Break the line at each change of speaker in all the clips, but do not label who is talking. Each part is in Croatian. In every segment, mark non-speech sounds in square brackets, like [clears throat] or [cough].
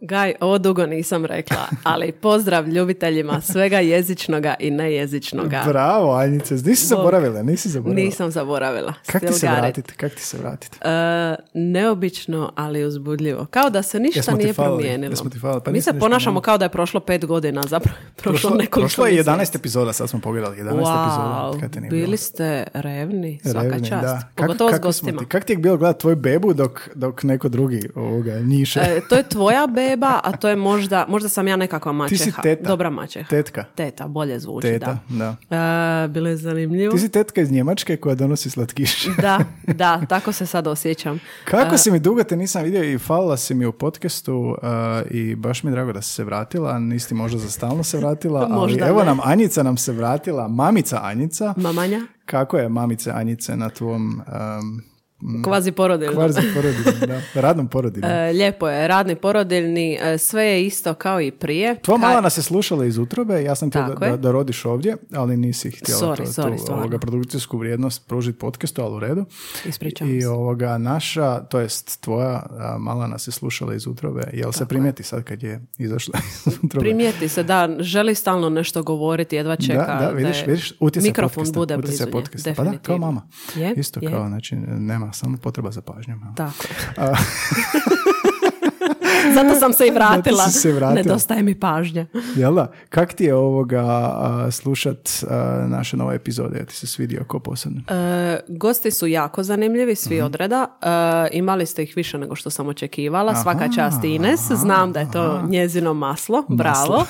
Gaj, ovo dugo nisam rekla, ali pozdrav ljubiteljima svega jezičnoga i nejezičnoga.
Bravo, Anjice, nisi
Bog.
zaboravila, nisi zaboravila.
Nisam zaboravila.
Kak ti se
Still got it.
vratiti, kak ti se vratiti?
E, neobično, ali uzbudljivo. Kao da se ništa
Jesmo ti
nije
falili?
promijenilo.
Jesmo ti falili? Pa
Mi
nisam
se
ništa
ponašamo kao da je prošlo pet godina, zapravo prošlo, nekoliko
prošlo je 11
mjeseci.
epizoda, sad smo pogledali 11 epizoda. Kad te
Wow,
nije
bili
bilo.
ste revni, svaka
Revni,
čast.
da. Kako-
Pogotovo s
kako smo
gostima.
ti- Kak ti je bilo gledati tvoju bebu dok, dok neko drugi ovoga, njiše?
E, to je tvoja beba, a to je možda, možda sam ja nekakva
ti
mačeha.
si teta.
Dobra mačeha.
Tetka.
Teta, bolje zvuči,
Teta,
da.
da.
E, bilo je zanimljivo.
Ti si tetka iz Njemačke koja
[laughs]
donosi slatkiše.
Da, da, tako se sad osjećam.
Kako si mi dugo te nisam vidio i falila si mi u podcastu uh, i baš mi je drago da si se vratila, nisi ti možda za stalno se vratila, ali
[laughs] Možda
evo
ne.
nam Anjica nam se vratila, mamica Anjica.
Mamanja,
Kako je mamice Anjice na tvom um,
kvazi porodilno.
kvarzi porodiljnom, da, radnom porodiljnom?
[laughs] E, Lijepo je, radni porodiljni, e, sve je isto kao i prije.
Tvoja
Ka-
mala nas je slušala iz utrobe, ja sam htio da,
Tako je.
da, da rodiš ovdje, ali nisi htjela
Sorry,
tu, tu
sorry, stvarno.
ovoga, produkcijsku vrijednost pružiti podcastu, ali u redu.
Ispričavam
I
se.
ovoga naša, to jest tvoja a, mala nas je slušala iz utrobe. Jel se primijeti sad kad je izašla iz
[laughs]
utrobe?
Primijeti se da želi stalno nešto govoriti, jedva čeka
da, da, vidiš,
je
vidiš, utjecaj
mikrofon
podcasta,
bude
utjecaj
blizu nje,
podcasta. Pa da, kao
definitivno.
mama.
Je,
Isto
je.
kao, znači, nema, samo potreba za pažnjom. jel?
Tako. [laughs] Zato sam se i vratila.
Zato si se vratila.
Nedostaje mi pažnja.
Jel da? Kak ti je ovoga a, slušat a, naše nove epizode? Ja ti se svidio ko posebno?
E, gosti su jako zanimljivi, svi
Mhm.
odreda. E, imali ste ih više nego što sam očekivala. Svaka čast Ines. Znam da je to njezino maslo.
[laughs]
Bravo.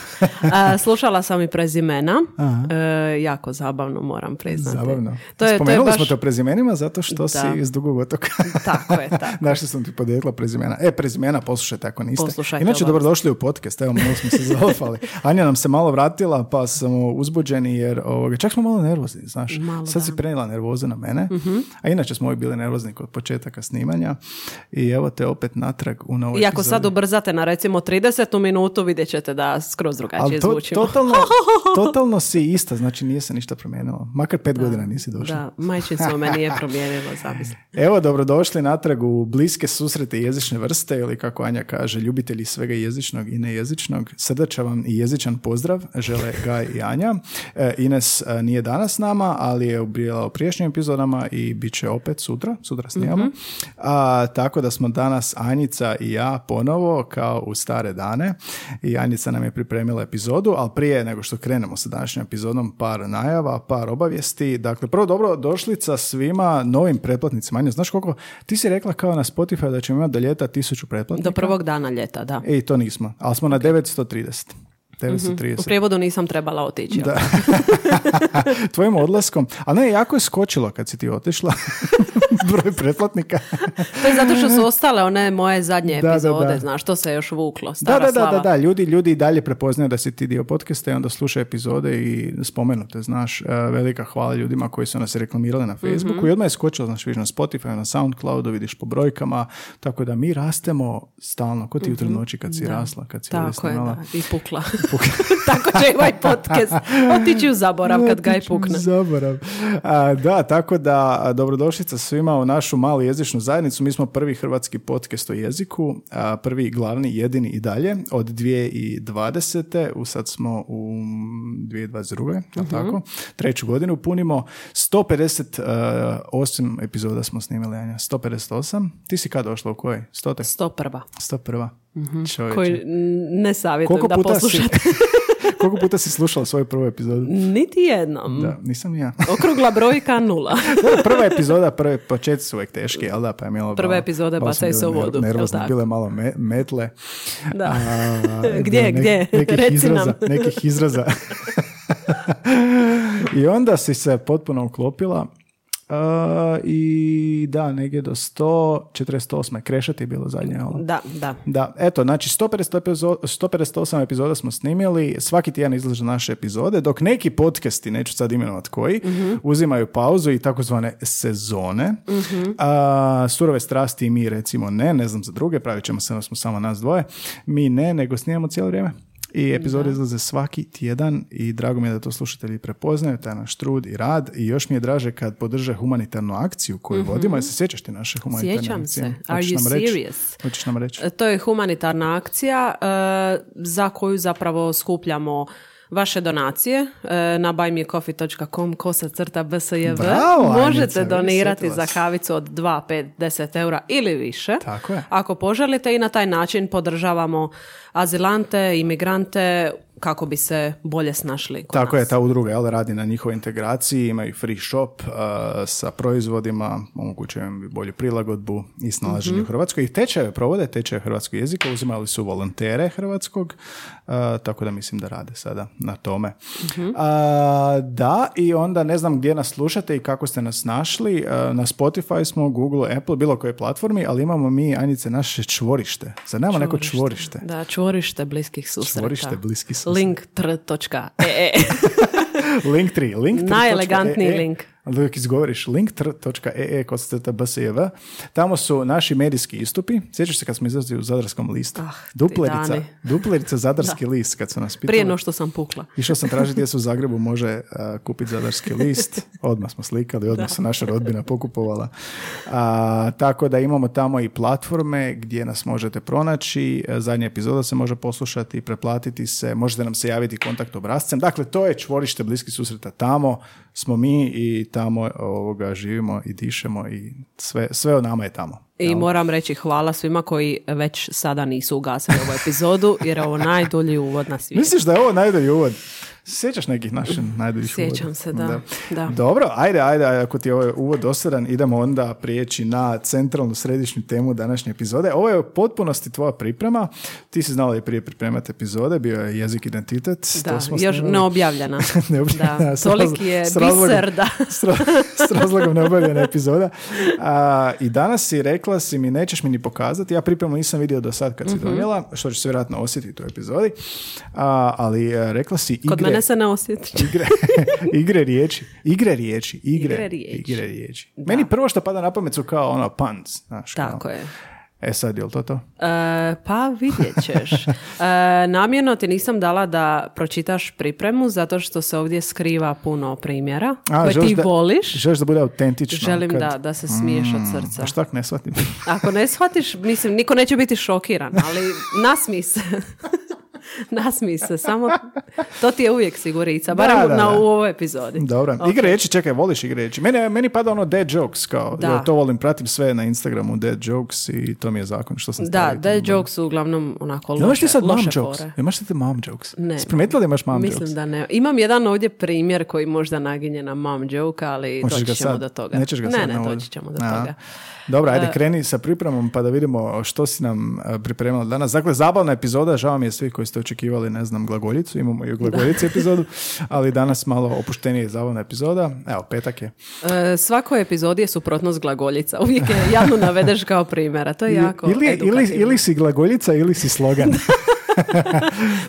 E, slušala sam i prezimena. E, jako zabavno, moram priznati.
Zabavno.
To je, to je
Spomenuli
baš...
smo te o prezimenima zato što
Da.
si iz Dugog otoka.
[laughs] Tako je, [laughs] tako.
Našli sam ti podjetla prezimena. E, prezimena, poslušajte ako niste.
Poslušajte,
Inače,
obavezno.
dobrodošli u podcast, evo, malo
[laughs]
smo se zalofali. Anja nam se malo vratila, pa smo uzbuđeni jer ovoga, čak smo malo nervozni, znaš.
Malo,
Sad
da. Mhm.
si prenijela nervozu na mene, a inače smo uvijek bili nervozni kod početaka snimanja i evo te opet natrag u novoj
I ako
epizodi.
sad ubrzate na recimo 30. minutu, vidjet ćete da skroz drugačije
Ali to,
zvučimo. [laughs]
totalno, totalno si ista, znači nije se ništa promijenilo. Makar pet godina nisi došla.
Da, majčinstvo me
[laughs]
nije promijenilo, zamisli.
Evo, dobrodošli natrag u bliske susrete jezične vrste ili kako Anja kaže, ljubitelji svega jezičnog i nejezičnog. Srdačan vam i jezičan pozdrav, žele Gaj i Anja. E, Ines e, nije danas s nama, ali je bila u prijašnjim epizodama i bit će opet sutra, sutra snimamo.
Mhm.
A, tako da smo danas Anjica i ja ponovo kao u stare dane i Anjica nam je pripremila epizodu, ali prije nego što krenemo sa današnjom epizodom par najava, par obavijesti. Dakle, prvo dobro došlica svima novim pretplatnicima. Anja, znaš koliko? Ti si rekla kao na Spotify da ćemo imati do ljeta tisuću pretplatnika.
Do prvog dana ljeta, da.
E, to nismo, ali smo na 930. 930.
Mhm, U prijevodu nisam trebala otići. Da.
Tvojim odlaskom. A ne, jako je skočilo kad si ti otišla. [laughs] Broj pretplatnika.
To je zato što
[laughs]
su ostale one moje zadnje
Da, da,
epizode,
da.
znaš, to se još vuklo,
Da,
stara
da, da,
slava.
da, da, ljudi, ljudi i dalje prepoznaju da si ti dio podcasta i onda slušaju epizode i spomenute, znaš, E, velika hvala ljudima koji su nas reklamirali
Mhm.
na Facebooku i odmah je skočilo, znaš, vidiš na Spotify, na Soundcloudu, vidiš po brojkama, tako da mi rastemo stalno, ko ti u noći kad si rasla, kad si ovdje
Mhm. Tako je,
snimala.
da. I pukla. [laughs] Tako će i ovaj
[laughs]
podcast otići u zaborav kad ga je
Otići u
pukne.
Zaborav. A, da, tako da a, dobrodošlica svima u našu malu jezičnu zajednicu. Mi smo prvi hrvatski podcast o jeziku, a, prvi glavni, jedini i dalje od 2020. U sad smo u 2022. jel
Mhm.
tako? Treću godinu punimo 158 epizoda smo snimili, Anja. 158. Ti si kad došla u koji? 100.
Sto prva.
101. Čovječe.
Koju n- ne savjetujem Mhm. da
si,
poslušate.
[laughs]
Mhm.
koliko puta si slušala svoju prvu epizodu?
Niti jednom.
Da, nisam ni ja.
Okrugla brojka nula. [laughs]
Dobro, prva epizoda, prve početci su uvijek teški, jel da, pa je bilo...
Prve
malo-
epizode
malo sam
bacaju se u
bio ner-
vodu, jel
Nervozno,
tako?
bile malo me- metle.
Da. [laughs]
A,
Gdje,
nek-
gdje?
Nekih
Reci
izraza,
nam.
nekih izraza. I onda si se potpuno uklopila a, i da, negdje do 148. Kreša ti je bilo zadnje, jel da?
Da, da.
Da, eto, znači 150 epizo- 158 epizoda smo snimili, svaki tjedan izlaže naše epizode, dok neki podcasti, neću sad imenovat koji,
Mhm.
uzimaju pauzu i takozvane sezone.
Mhm.
A, surove strasti ono i mi recimo ne, ne znam za druge, pravit ćemo se da smo samo nas dvoje. Mi ne, nego snimamo cijelo vrijeme. I epizode izlaze svaki tjedan i drago mi je da to slušatelji prepoznaju, taj naš trud i rad i još mi je draže kad podrže humanitarnu akciju koju vodimo. Jel se sjećaš ti naše humanitarne
Mhm. Sjećam
akcije?
se. Are
Hoćeš
you
nam reći?
serious?
Hoćeš nam reći?
To je humanitarna akcija e, za koju zapravo skupljamo vaše donacije e, na buymeacoffee.com kosa crta BSJV.
Bravo, Anica,
Možete
vidi,
donirati
sjetila
za
se.
kavicu od 2, 5, 10 eura ili više.
Tako je.
Ako poželite i na taj način podržavamo azilante, imigrante kako bi se bolje snašli kod
Tako
nas.
je, ta udruga jel, radi na njihovoj integraciji, imaju free shop uh, sa proizvodima, omogućuje im bolju prilagodbu i snalaženje u Hrvatskoj. I tečajeve provode, tečaje hrvatskog jezika, uzimali su volontere hrvatskog, uh, tako da mislim da rade sada na tome. A, da, i onda ne znam gdje nas slušate i kako ste nas našli. Uh, na Spotify smo, Google, Apple, bilo koje platformi, ali imamo mi, Anjice, naše čvorište. Zar nemamo neko čvorište?
Da, čvorište bliskih susreta.
Čvorište bliskih susreta.
Link e,
[laughs]
tr.ee.
Link 3. Link tri
Najelegantniji
točka EE.
link.
Ali uvijek izgovoriš linktr.ee bsjv. Tamo su naši medijski istupi. Sjećaš se kad smo izlazili u Zadarskom listu?
Ah, ti
duplerica,
dani.
duplerica
[laughs]
Zadarski list kad su nas pitali.
Prije no što sam pukla.
Išao sam tražiti gdje se u Zagrebu može a, kupiti zadarski list. Odmah smo slikali, odmah se naša rodbina pokupovala. A, tako da imamo tamo i platforme gdje nas možete pronaći. E, Zadnja epizoda se može poslušati, preplatiti se, možete nam se javiti kontakt obrazcem. Dakle, to je čvorište bliskih susreta. Tamo smo mi i tamo eh, ovoga, živimo i dišemo i sve, sve o nama je tamo.
I moram reći hvala svima koji već sada nisu ugasili ovu epizodu, jer je ovo najdulji uvod na svijetu.
Misliš da je ovo najdolji uvod? Sjećaš nekih naših najdoljih uvoda?
Sjećam se, da, da.
Dobro, ajde, ajde, ako ti je ovaj uvod dosadan, idemo onda prijeći na centralnu središnju temu današnje epizode. Ovo je u potpunosti tvoja priprema. Ti si znala i prije pripremati epizode, bio je jezik identitet.
Da,
to smo
još
snimali.
neobjavljena.
[laughs] Neobjavljena,
Da,
s
toliki
razlo-
je
s razlogom.
biser
[laughs]
da
s, ra- s razlogom neobavljena epizoda. A, I danas si rekla si mi, nećeš mi ni pokazati. Ja pripremu nisam vidio do sad
Mhm.
kad si donijela, što će se vjerojatno osjetiti u epizodi. A, ali e, rekla si igre...
kod mene se ne osjeti.
[laughs] igre, igre riječi, igre riječi, igre,
Igre riječi.
igre riječi. Meni prvo što pada na pamet su kao ono puns, znaš. kao.
Tako je.
E sad, je li to to?
E, pa vidjet ćeš.
[laughs]
E, namjerno ti nisam dala da pročitaš pripremu zato što se ovdje skriva puno primjera koje
želiš
ti voliš.
Želiš da bude autentično.
Želim
kad-
da, da se smiješ od
A
srca.
šta ako ne shvatim?
Ako ne shvatiš, mislim, niko neće biti šokiran, ali nasmi
[laughs]
se. nasmi se, samo to ti je uvijek sigurica, barem
da,
na
da.
u ovoj epizodi.
Dobro. Igre riječi, čekaj, voliš igre riječi. Mene, meni pada ono dead jokes kao.
Da.
Ja to volim, pratim sve na Instagramu dead jokes i to mi je zakon što sam
Da,
stavio.
dead jokes su uglavnom onako
Jel imaš ti
loše,
sad mom
loše
jokes?
fore.
Imaš ti te mom jokes?
Ne.
Jesi primetila da imaš mom jokes?
Mislim da ne. Imam jedan ovdje primjer koji možda naginje na mom joke, ali
Hoćeš
doći
ga
ćemo
sad?
do toga.
Nećeš ga
ne,
sad
ne,
navoditi?
doći ćemo do
A.
toga. E.
Dobro, ajde, kreni sa pripremom pa da vidimo što si nam e, pripremila danas. Dakle, zabavna epizoda, žao mi je svih koji ste očekivali, ne znam, glagoljicu, imamo i u
[laughs]
glagoljici epizodu, ali danas malo opuštenije i zabavna epizoda. Evo, petak je.
E, svakoj epizodi je suprotnost glagoljica. Uvijek je javno navedeš kao primjera. To je jako
ili, ili,
edukativno.
ili si glagoljica ili si
[laughs]
slogan.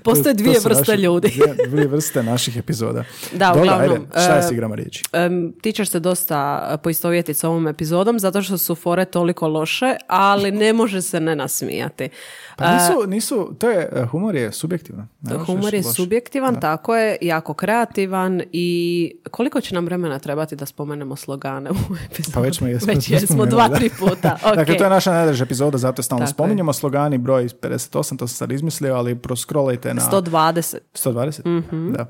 Postoje
To- to
dvije
su
vrste
naše-
ljudi.
dvije, dvije vrste naših epizoda.
Da,
Dobro,
uglavnom,
ajde, šta je s
e,
igrama riječi?
Em, ti ćeš se dosta poistovjetiti s ovom epizodom zato što su fore toliko loše, ali ne može se ne nasmijati.
Pa nisu, nisu, to je, e, humor je subjektivan. Ne možeš
E, Humor je
loš.
subjektivan, tako je, jako kreativan i koliko će nam vremena trebati da spomenemo slogane u ovoj epizodi?
Pa već smo
[laughs]
jesmo
Već jesmo
spomenuli,
dva,
da.
tri puta.
[laughs] Dakle,
ok.
to je naša najdraža epizoda, zato je stalno
Tako je.
spominjemo. Slogani broj 58, to sam sad izmislio, ali proskrolajte na...
120.
120? Da.
Mhm, Da.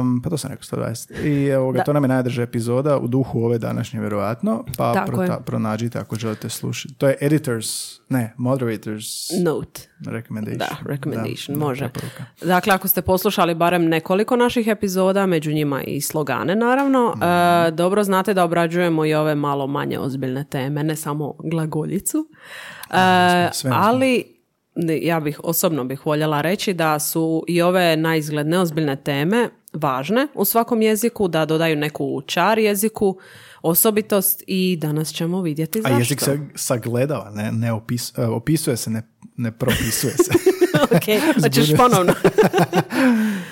Am, pa to sam rekao, 120. I ovoga, to nam je najdraža epizoda u duhu ove današnje, vjerojatno. Pa
Tako
prota-
je.
pronađite ako želite slušati. To je editors, ne, moderators
Note.
recommendation.
Da, recommendation,
Da,
može.
preporuka.
Dakle, ako ste poslušali barem nekoliko naših epizoda, među njima i slogane naravno,
Mhm.
e, dobro znate da obrađujemo i ove malo manje ozbiljne teme, ne samo glagoljicu. E,
sve ozbiljno.
ali ne, ja bih osobno bih voljela reći da su i ove naizgled neozbiljne teme važne u svakom jeziku, da dodaju neku čar jeziku, osobitost i danas ćemo vidjeti
A
zašto.
jezik se sagledava, ne, ne opis- e,
[laughs]
opisuje se, ne, ne propisuje se. [laughs]
ok, hoćeš ponovno.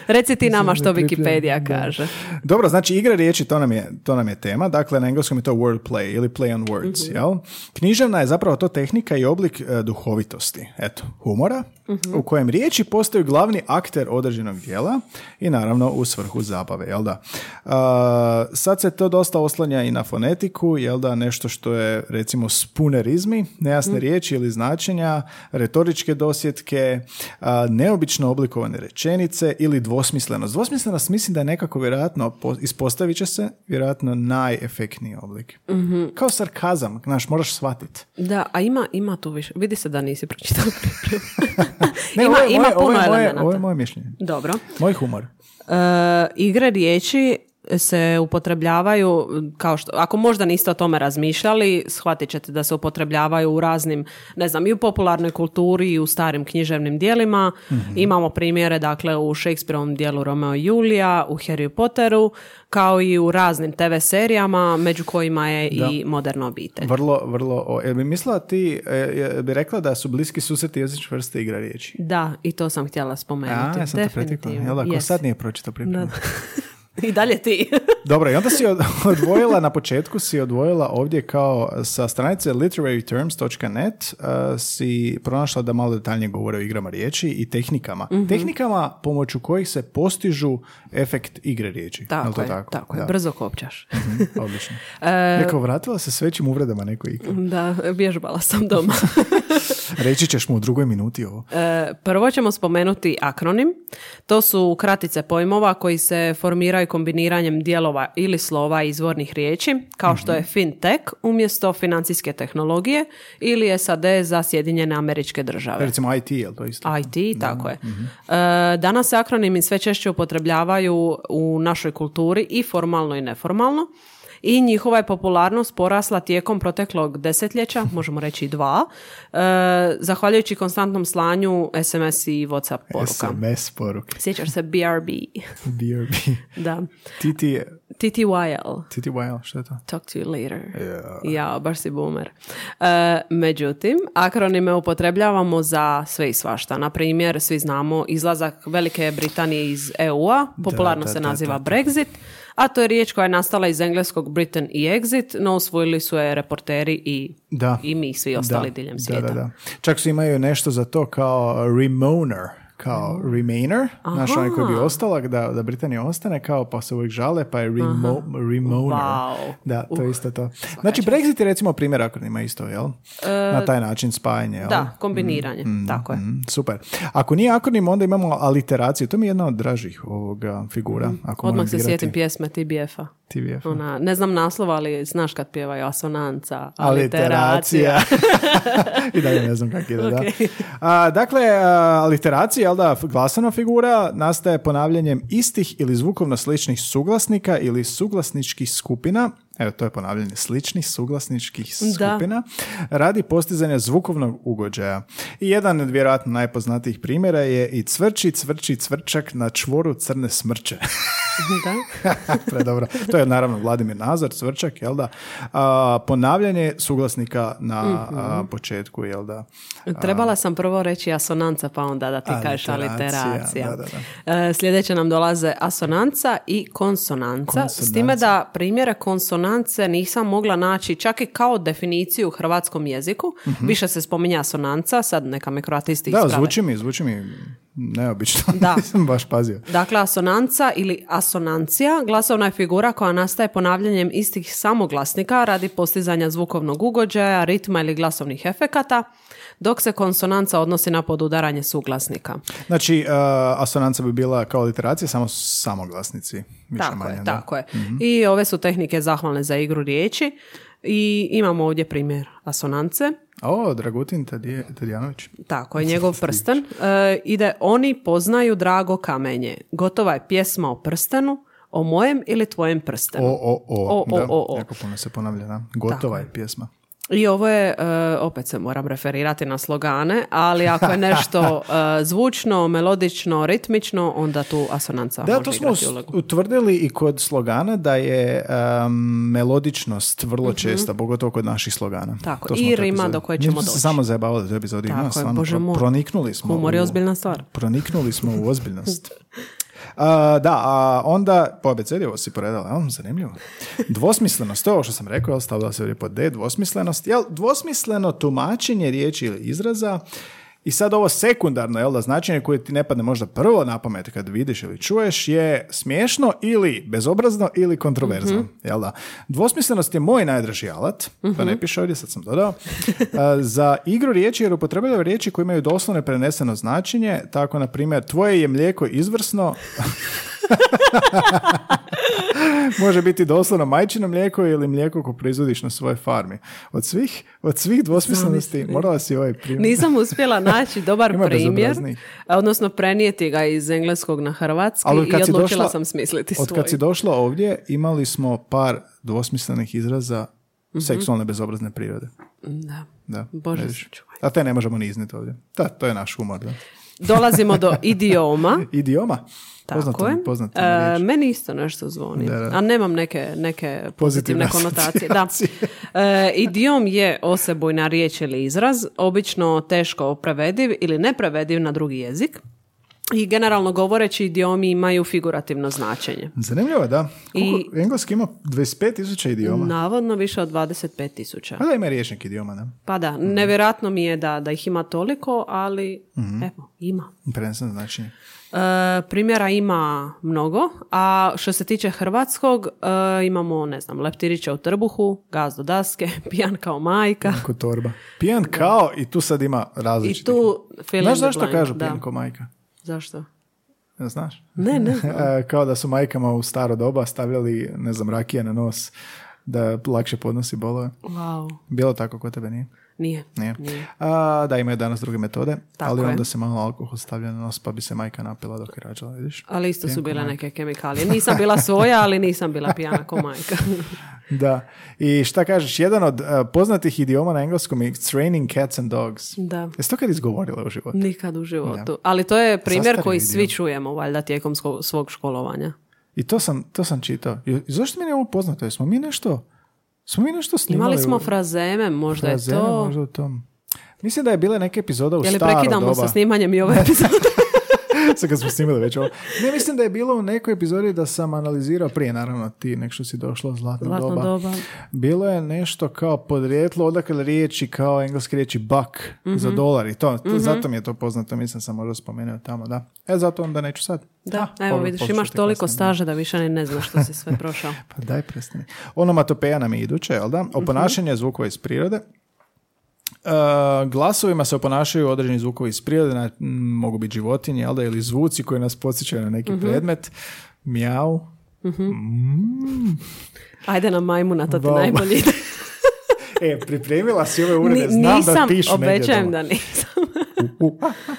Reci ti nama što
Mislim da je
Wikipedija
pripremljen, da.
kaže.
[laughs] Dobro, znači igre riječi, to nam, je, to nam je tema. Dakle, na engleskom je to wordplay ili play on words. Jel? Književna je zapravo to tehnika i oblik e, duhovitosti. Eto, humora, u kojem riječi postaju glavni akter određenog dijela i naravno u svrhu zabave. Jel da? A, sad se to dosta oslanja i na fonetiku, jel da nešto što je recimo spunerizmi,
Mm.
nejasne riječi ili značenja, retoričke dosjetke, a, neobično oblikovane rečenice ili dvosmislenost. Dvosmislenost mislim da je nekako vjerojatno po- ispostavit će se vjerojatno najefektniji oblik.
Mhm.
Kao sarkazam, znaš, moraš shvatiti.
Da, a ima, ima tu više. Vidi se da nisi pročitao pripremu.
[laughs]
ima, ima puno
ovo je moje,
elemenata.
ovo je moje mišljenje.
Dobro.
Moj humor.
E, igre riječi se upotrebljavaju kao što, ako možda niste o tome razmišljali, shvatit ćete da se upotrebljavaju u raznim, ne znam, i u popularnoj kulturi i u starim književnim dijelima.
Mhm.
Imamo primjere, dakle, u Shakespeareovom dijelu Romeo i Julija, u Harry Potteru, kao i u raznim TV serijama, među kojima je i moderna obitelj.
Vrlo, vrlo... O, jel bi mislila ti, e, jel bi rekla da su bliski susreti jezične vrste igra riječi?
Da, i to sam htjela spomenuti.
A, ja sam te pretekla. Jel da, ko
Jesi.
sad nije pročitao pripremu.
[laughs] I dalje ti.
Dobro, i onda si od- [laughs] odvojila, na početku si odvojila ovdje kao sa stranice literaryterms.net uh, si pronašla da malo detaljnije govore o igrama riječi i tehnikama.
Mhm.
Tehnikama pomoću kojih se postižu efekt igre riječi. Jel
tako,
to
je,
tako?
tako, je,
Da.
brzo Eh, kopčaš.
Mhm,
[laughs]
Odlično. Rekao, vratila se s većim uvredama neko ikra.
Da, vježbala sam doma.
Reći ćeš mu u drugoj minuti ovo.
E, Prvo ćemo spomenuti akronim. To su kratice pojmova koji se formiraju kombiniranjem dijelova ili slova izvornih riječi, kao što je fintech umjesto financijske tehnologije ili SAD za Sjedinjene američke države.
Pa Recimo IT, jel to isto?
IT, tako je. E, Danas se akronimi sve češće upotrebljavaju u našoj kulturi i formalno i neformalno i njihova je popularnost porasla tijekom proteklog desetljeća, možemo reći i dva, e, zahvaljujući konstantnom slanju SMS i Whatsapp poruka.
SMS poruke. [laughs]
Sjećaš se BRB,
BRB.
da.
TT,
TTYL.
TTYL, što je to?
Talk to you later. Ja, baš si boomer. E, međutim, akronime upotrebljavamo za sve i svašta. Na primjer, svi znamo izlazak Velike Britanije iz EU-a, popularno
da,
se
da,
naziva Brexit, a to je riječ koja je nastala iz engleskog Britain i Exit, no usvojili su je reporteri i,
Da.
i mi svi ostali
Da,
diljem
da,
svijeta.
Da, da. Čak su imaju nešto za to kao remoner, kao
Mm.
remainer, znaš onaj koji bi ostalak, da, da Britanija ostane, kao pa se uvijek žale, pa je remo, remoner.
Wow.
Da, to je isto to. Znači, Brexit je recimo primjer akronima isto, jel? Na taj način spajanje, jel?
E, Da, kombiniranje, tako je.
Mm, Super. Ako nije akronim, onda imamo aliteraciju. To mi je jedna od dražih ovoga figura. Ako moram
Mhm. Odmah se
birati.
sjetim Mhm. pjesme TBF-a.
TBF.
Ona, ne znam naslova, ali znaš kad pjevaju asonanca, aliteracija.
[laughs] Aliteracija. I dalje ne znam kak ide, da. A, dakle, a, aliteracija, jel da, glasana figura nastaje ponavljanjem istih ili zvukovno sličnih suglasnika ili suglasničkih skupina. Evo, to je ponavljanje sličnih suglasničkih
Da.
skupina radi postizanja zvukovnog ugođaja. I jedan od vjerojatno najpoznatijih primjera je i cvrči, cvrči, cvrčak na čvoru crne smrče. [laughs]
Da.
Predobro. To je naravno Vladimir Nazar, Cvrčak, jel da? A, ponavljanje suglasnika na
Mhm.
a, početku, jel da?
Trebala sam prvo reći asonanca, pa onda da ti kažeš
Aliteracija,
aliteracija.
da, da,
E, sljedeće nam dolaze asonanca i konsonanca, s time da primjere konsonance nisam mogla naći čak i kao definiciju u hrvatskom jeziku. Više se spominja asonanca, sad neka me kroatisti
Mhm. Da,
isprave.
zvuči mi, zvuči mi neobično.
Da.
Nisam [laughs] baš pazio.
Dakle, asonanca ili asonancija glasovna je figura koja nastaje ponavljanjem istih samoglasnika radi postizanja zvukovnog ugođaja, ritma ili glasovnih efekata, dok se konsonanca odnosi na podudaranje suglasnika.
Znači, a, asonanca bi bila kao literacija, samo samoglasnici. Više
Tako
manje,
je,
da. Mhm.
tako je. I ove su tehnike zahvalne za igru riječi i imamo ovdje primjer asonance.
O, Dragutin Tadije- Tadijanović.
Tako je,
[laughs]
njegov prsten. E, ide, oni poznaju drago kamenje. Gotova je pjesma o prstenu, o mojem ili tvojem prstenu.
O, o, o.
O, o,
da,
o, o.
Jako puno se ponavlja, da. Gotova je pjesma.
I ovo je, e, opet se moram referirati na slogane, ali ako
[laughs]
je nešto e, zvučno, melodično, ritmično, onda tu asonanca
Da,
može
to smo
igrati ulogu.
utvrdili i kod slogana da je um, melodičnost vrlo česta, pogotovo kod naših slogana.
Mhm. Tako,
To
i
smo u toj
rima
epizodi.
do koje ćemo
Mi smo se
doći.
samo zajebavali do epizodi.
Tako
ima,
je,
stvarno,
Bože
pro-
moj.
Proniknuli smo.
Humor je
u-
ozbiljna stvar. [laughs]
Proniknuli smo u ozbiljnost. A, da, a onda, po abecedi ovo si poredala, jel? Zanimljivo. Dvosmislenost, to je ovo što sam rekao, jel? stavila se ovdje pod D, dvosmislenost. Jel, dvosmisleno tumačenje riječi ili izraza i sad ovo sekundarno, jel da, značenje koje ti ne padne možda prvo na pamet kad vidiš ili čuješ je smiješno ili bezobrazno ili kontroverzno, jel da? Dvosmislenost je moj najdraži alat, pa ne piše ovdje, sad sam dodao, a, za igru riječi jer upotrebljava riječi koje imaju doslovno preneseno značenje, tako na primjer tvoje je mlijeko izvrsno, može biti doslovno majčino mlijeko ili mlijeko koje proizvodiš na svojoj farmi. Od svih, od svih dvosmislenosti, morala si ovaj primjer.
Nisam uspjela naći dobar
[laughs] Ima
primjer,
bezobraznijih.
a, odnosno prenijeti ga iz engleskog na hrvatski
Ali
i
kad si
odlučila
došla-
sam smisliti
Od
svoj.
kad si došla ovdje, imali smo par dosmislenih izraza seksualne bezobrazne prirode.
Da.
Da,
Mhm. Bože
vidiš.
sačuvaj.
A te ne možemo ni izniti ovdje. Da, to je naš humor, da.
Dolazimo
[laughs]
do idioma.
Idioma.
Tako
poznata
je.
mi- poznata mi
E,
riječ.
meni isto nešto zvoni.
Da, da.
A nemam neke, neke
Pozitivne
pozitivne konotacije. Da. E, idiom je osebujna riječ ili izraz, obično teško prevediv ili neprevediv na drugi jezik. I generalno govoreći idiomi imaju figurativno značenje.
Zanimljivo, da.
E, I- Mm.
Koliko engleski ima 25.000 idioma.
Navodno više od 25 tisuća.
A da ima riječnik idioma, ne?
Pa da,
Mhm.
nevjerojatno mi je da, da ih ima toliko, ali
Mhm.
evo, ima.
Preneseno značenje.
E, primjera ima mnogo, a što se tiče hrvatskog, e, imamo, ne znam, leptirića u trbuhu, gaz do daske, [laughs] pijan kao majka.
Ko torba. Pijan kao i tu sad ima različitih.
I tu feeling
Znaš
the
zašto
blank,
kažu
da.
pijan kao majka?
Zašto?
Ne znaš? [laughs]
Ne, ne.
E, kao da su majkama u staro doba stavljali, ne znam, rakije na nos da lakše podnosi bolove.
Wow,
Bilo tako kod tebe nije?
nije.
Nije. A, da, imaju danas druge metode,
Tako
ali
je.
onda se malo alkohol stavlja na nos pa bi se majka napila dok je rađala, vidiš?
Ali isto su bile neke kemikalije. Nisam bila svoja, ali nisam bila pijana kao
[laughs]
majka.
Da. I šta kažeš, jedan od e, poznatih idioma na engleskom je training cats and dogs.
da.
Jesi to kad izgovorila u životu?
Nikad u životu. Ali to je primjer
Zastarjeli
koji
dio.
svi čujemo, valjda, tijekom sko- svog školovanja.
I to sam, to sam čitao. I zašto mi je ovo poznato? Jesmo mi nešto, smo mi nešto snimali?
Imali smo
u-
frazeme, možda
frazeme
je to...
možda u tom. Mislim da je bila neka epizoda u
Je li
staro
prekidamo
doba.
sa snimanjem i ove epizode?
[laughs] Sad kad smo snimili već ovo. Ne, mislim da je bilo u nekoj epizodi da sam analizirao prije, naravno, ti nek što si došla, zlatna,
Zlatno doba.
Bilo je nešto kao podrijetlo, odakle riječi kao engleske riječi buck za
Mhm.
dolar i to. Zato mi je to poznato, mislim sam možda spomenuo tamo, da. E, zato onda neću sad.
Da,
Ah,
evo
pogledaj,
vidiš,
poslušaj
imaš
ti
toliko
kasnije.
staža da više ni ne znaš što si
[laughs]
sve prošao.
Pa daj prestani. Onomatopeja nam je iduća, jel da? Oponašanje zvukova iz prirode. E, glasovima se oponašaju određeni zvukovi iz prirode, na, m, mogu biti životinje, jel da, ili zvuci koji nas podsjećaju na neki predmet. Mjau.
Ajde na majmuna, to ti
Wow.
najbolje
[laughs]
ide.
E, pripremila si ove urede,
Ni-
znam da
nisam,
pišu negdje
obećajem
doma.
da nisam.
U, a,
[laughs]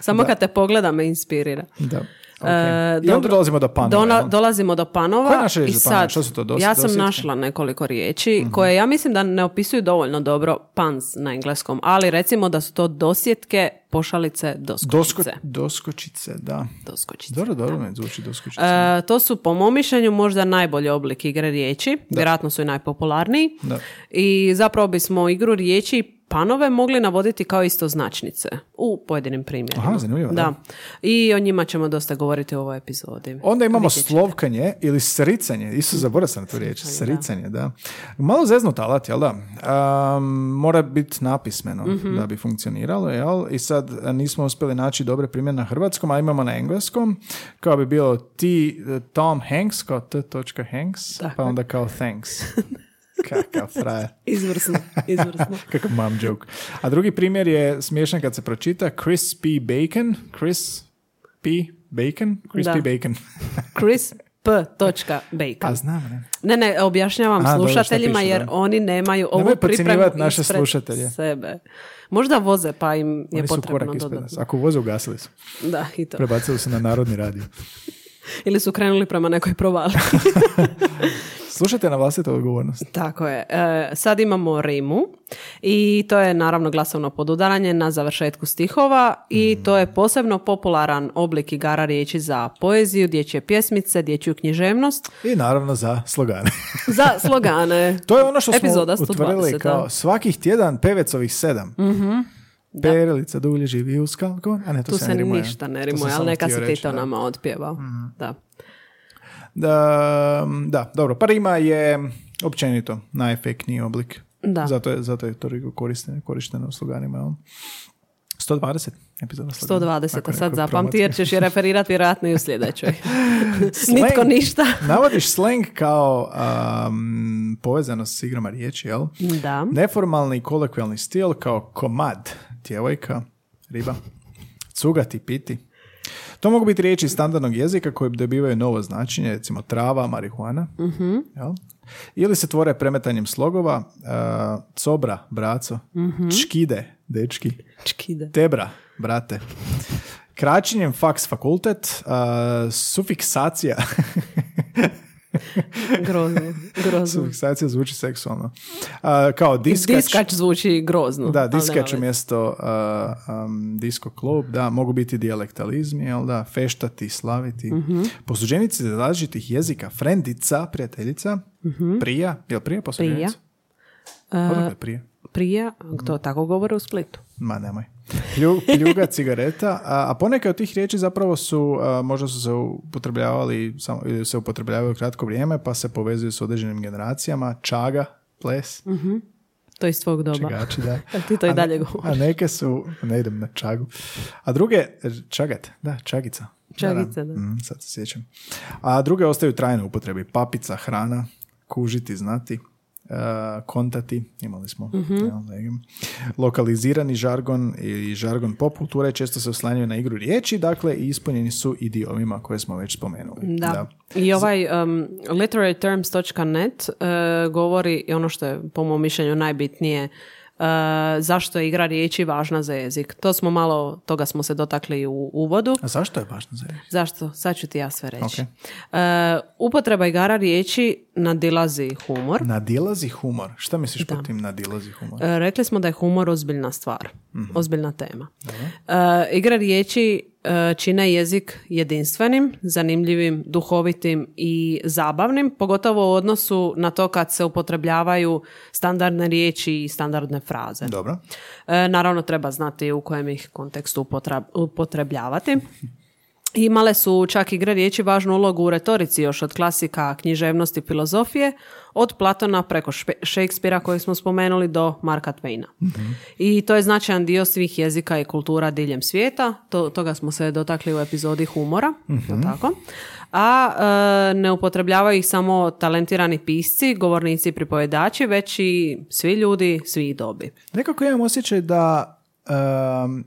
Samo kad te pogleda me inspirira.
da. ok.
E,
I onda
dobro.
dolazimo do panova.
Dona-
jel?
dolazimo do panova.
Koja je naša riječ
i
za panove?
sad,
Što su to, Mhm. dos-
Ja sam
dosjetke?
našla nekoliko riječi koje ja mislim da ne opisuju dovoljno dobro pans na engleskom, ali recimo da su to dosjetke, pošalice,
Dosko,
doskočice.
doskočice, da.
Doskočice.
Dobro, dobro me zvuči doskočice.
E, to su po mom mišljenju možda najbolji oblik igre riječi, vjerojatno su i najpopularniji.
Da.
I zapravo bismo igru riječi i panove mogli navoditi kao istoznačnice u pojedinim primjerima.
Aha, zanimljivo, da.
I o njima ćemo dosta govoriti u ovoj epizodi.
Onda imamo slovkanje ili sricanje. Isu, zaboravio sam na tu riječ. Sricanje, da. Malo zeznut alat, jel da? Am, mora biti napismeno da bi funkcioniralo, jel? I sad a, nismo uspjeli naći dobre primjere na hrvatskom, a imamo na engleskom. Kao bi bilo T, Tom Hanks, kao T. Hanks, pa onda kao thanks. [laughs] Kakav frajer. [laughs]
Izvrsno, izvrsno.
Kakav mom joke. A drugi primjer je smiješan kad se pročita Crispy Bacon. Chris P. Bacon? Crispy
Da.
Bacon.
Chris P. točka
[laughs] A
Bacon.
znam,
Ne,
ne?
ne, objašnjavam
A, dobro, šta
slušateljima
piše,
jer
da.
oni nemaju ovu
Nemoj
pripremu
podcjenjivati naše
ispred
slušatelje.
sebe. Možda voze pa im je
Oni su korak
potrebno
ispred
dodatno.
nas. Ako voze ugasili su.
Da, i to.
Prebacili su na narodni radio.
Ili su krenuli prema nekoj provali.
Slušajte na vlastitu odgovornost.
[laughs] Tako je. E, sad imamo rimu i to je naravno glasovno podudaranje na završetku stihova i to je posebno popularan oblik igara riječi za poeziju, dječje pjesmice, dječju književnost,
I naravno za
[laughs]
slogane.
za slogane.
to je ono što smo
Epizoda 120,
utvrdili
da. Mhm.
kao svakih tjedan pevecovih sedam. Perilica dulje živi uz kalkon, a ne to
Tu
se,
se
ne rimuje.
ništa ne
To sam
rimuje, ali
samo
neka
htio
si ti
reći,
to
da. Mm.
nama otpjevao. Da.
Da, da, dobro. Pa rima je općenito najefektniji oblik.
Da.
Zato je, zato je toliko korišteno, korišteno u sloganima. jel? 120 epizoda slogana.
120,
Ako
a sad
neko
zapamti
promotri.
jer ćeš je referirati vjerojatno i u
[laughs]
sljedećoj. [laughs] Nitko ništa.
Navodiš slang kao um, povezanost s igrama riječi, jel?
Da.
Neformalni i kolokvijalni stil kao komad, djevojka, riba, cugati, piti. To mogu biti riječi iz standardnog jezika koje dobivaju novo značenje, recimo trava, marihuana. jel? Ili se tvore premetanjem slogova uh, cobra, braco, čkide, dečki,
Čkide.
tebra, brate. Kraćenjem faks fakultet, uh, sufiksacija,
Grozno. Grozno.
sufiksacija zvuči seksualno, Uh, kao diskač,
Diskač zvuči grozno.
Da,
ali nema
diskač
veze.
umjesto uh, um, disko klub, da, mogu biti dijalektalizmi, jel da, feštati, slaviti. Posuđenici različitih jezika, frendica, prijateljica, prija, jel prija posuđenica? Prija. Odakle prija?
Prija, to tako govore u Splitu.
Ma nemoj. Plju- Pljuga, cigareta, a, a poneke od tih riječi zapravo su, a, možda su se upotrebljavali, samo, ili se upotrebljavaju kratko vrijeme, pa se povezuju s određenim generacijama, čaga, ples,
To je iz tvog doba.
čegači, znači,
[laughs]
da.
A ti to i
A ne-
dalje govoriš.
A neke su, ne idem na čagu. A druge, čagat, da, čagica.
Čagica, da.
Mm, sad se sjećam. A druge ostaju trajno u upotrebi. Papica, hrana, kužiti, znati, e, kontati, imali smo.
Mhm.
jel, da imam. Lokalizirani žargon i žargon pop kulture često se oslanjaju na igru riječi, dakle i ispunjeni su idiomima koje smo već spomenuli.
Da. I ovaj um, literaryterms.net e, govori i ono što je po mom mišljenju najbitnije e, zašto je igra riječi važna za jezik. To smo malo, toga smo se dotakli u uvodu.
A zašto je važno za riječ?
Zašto? Sad ću ti ja sve reći.
Ok.
E, upotreba igara riječi nadilazi humor.
Nadilazi humor. Šta misliš po tim nadilazi humor?
E, Rekli smo da je humor ozbiljna stvar, ozbiljna tema. E, igre riječi e, čine jezik jedinstvenim, zanimljivim, duhovitim i zabavnim, pogotovo u odnosu na to kad se upotrebljavaju standardne riječi i standardne fraze.
Dobro.
E, naravno treba znati u kojem ih kontekstu upotra- upotrebljavati. Imale su čak igre riječi važnu ulogu u retorici još od klasika književnosti filozofije, od Platona preko Špe- Šekspira koji smo spomenuli do Marka Twaina. I to je značajan dio svih jezika i kultura diljem svijeta, to, toga smo se dotakli u epizodi humora, jel tako? A e, ne upotrebljavaju ih samo talentirani pisci, govornici i pripovedači, već i svi ljudi, svi dobi.
Nekako imam osjećaj da um,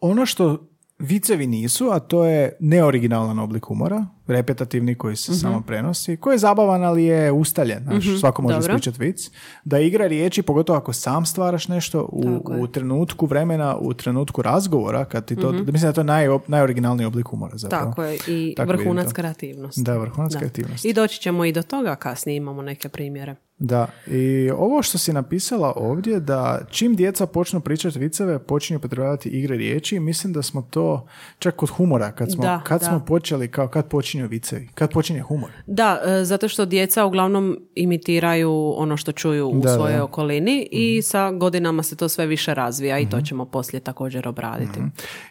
ono što vicevi nisu, a to je neoriginalan oblik humora, repetativni koji
Mhm.
se samo prenosi, koji je zabavan, ali je ustaljen. Znaš, svako može
dobro.
ispričati vic. Da igra riječi, pogotovo ako sam stvaraš nešto u, u trenutku vremena, u trenutku razgovora, kad ti to, da mislim da je to naj, najoriginalniji oblik humora zapravo.
Mhm. Tako je, i
Tako vidim
vrhunac
to.
kreativnosti.
Da, vrhunac kreativnosti.
I doći ćemo i do toga kasnije, imamo neke primjere.
Da, i ovo što si napisala ovdje, da čim djeca počnu pričati viceve, počinju potrebovati igre riječi, mislim da smo to, čak kod humora, kad smo,
Da,
kad
da.
smo počeli, kao kad počinju vicevi, kad počinje humor.
Da, e, zato što djeca uglavnom imitiraju ono što čuju u
Da, da. Mhm.
svojoj okolini i sa godinama se to sve više razvija i to ćemo poslije također obraditi.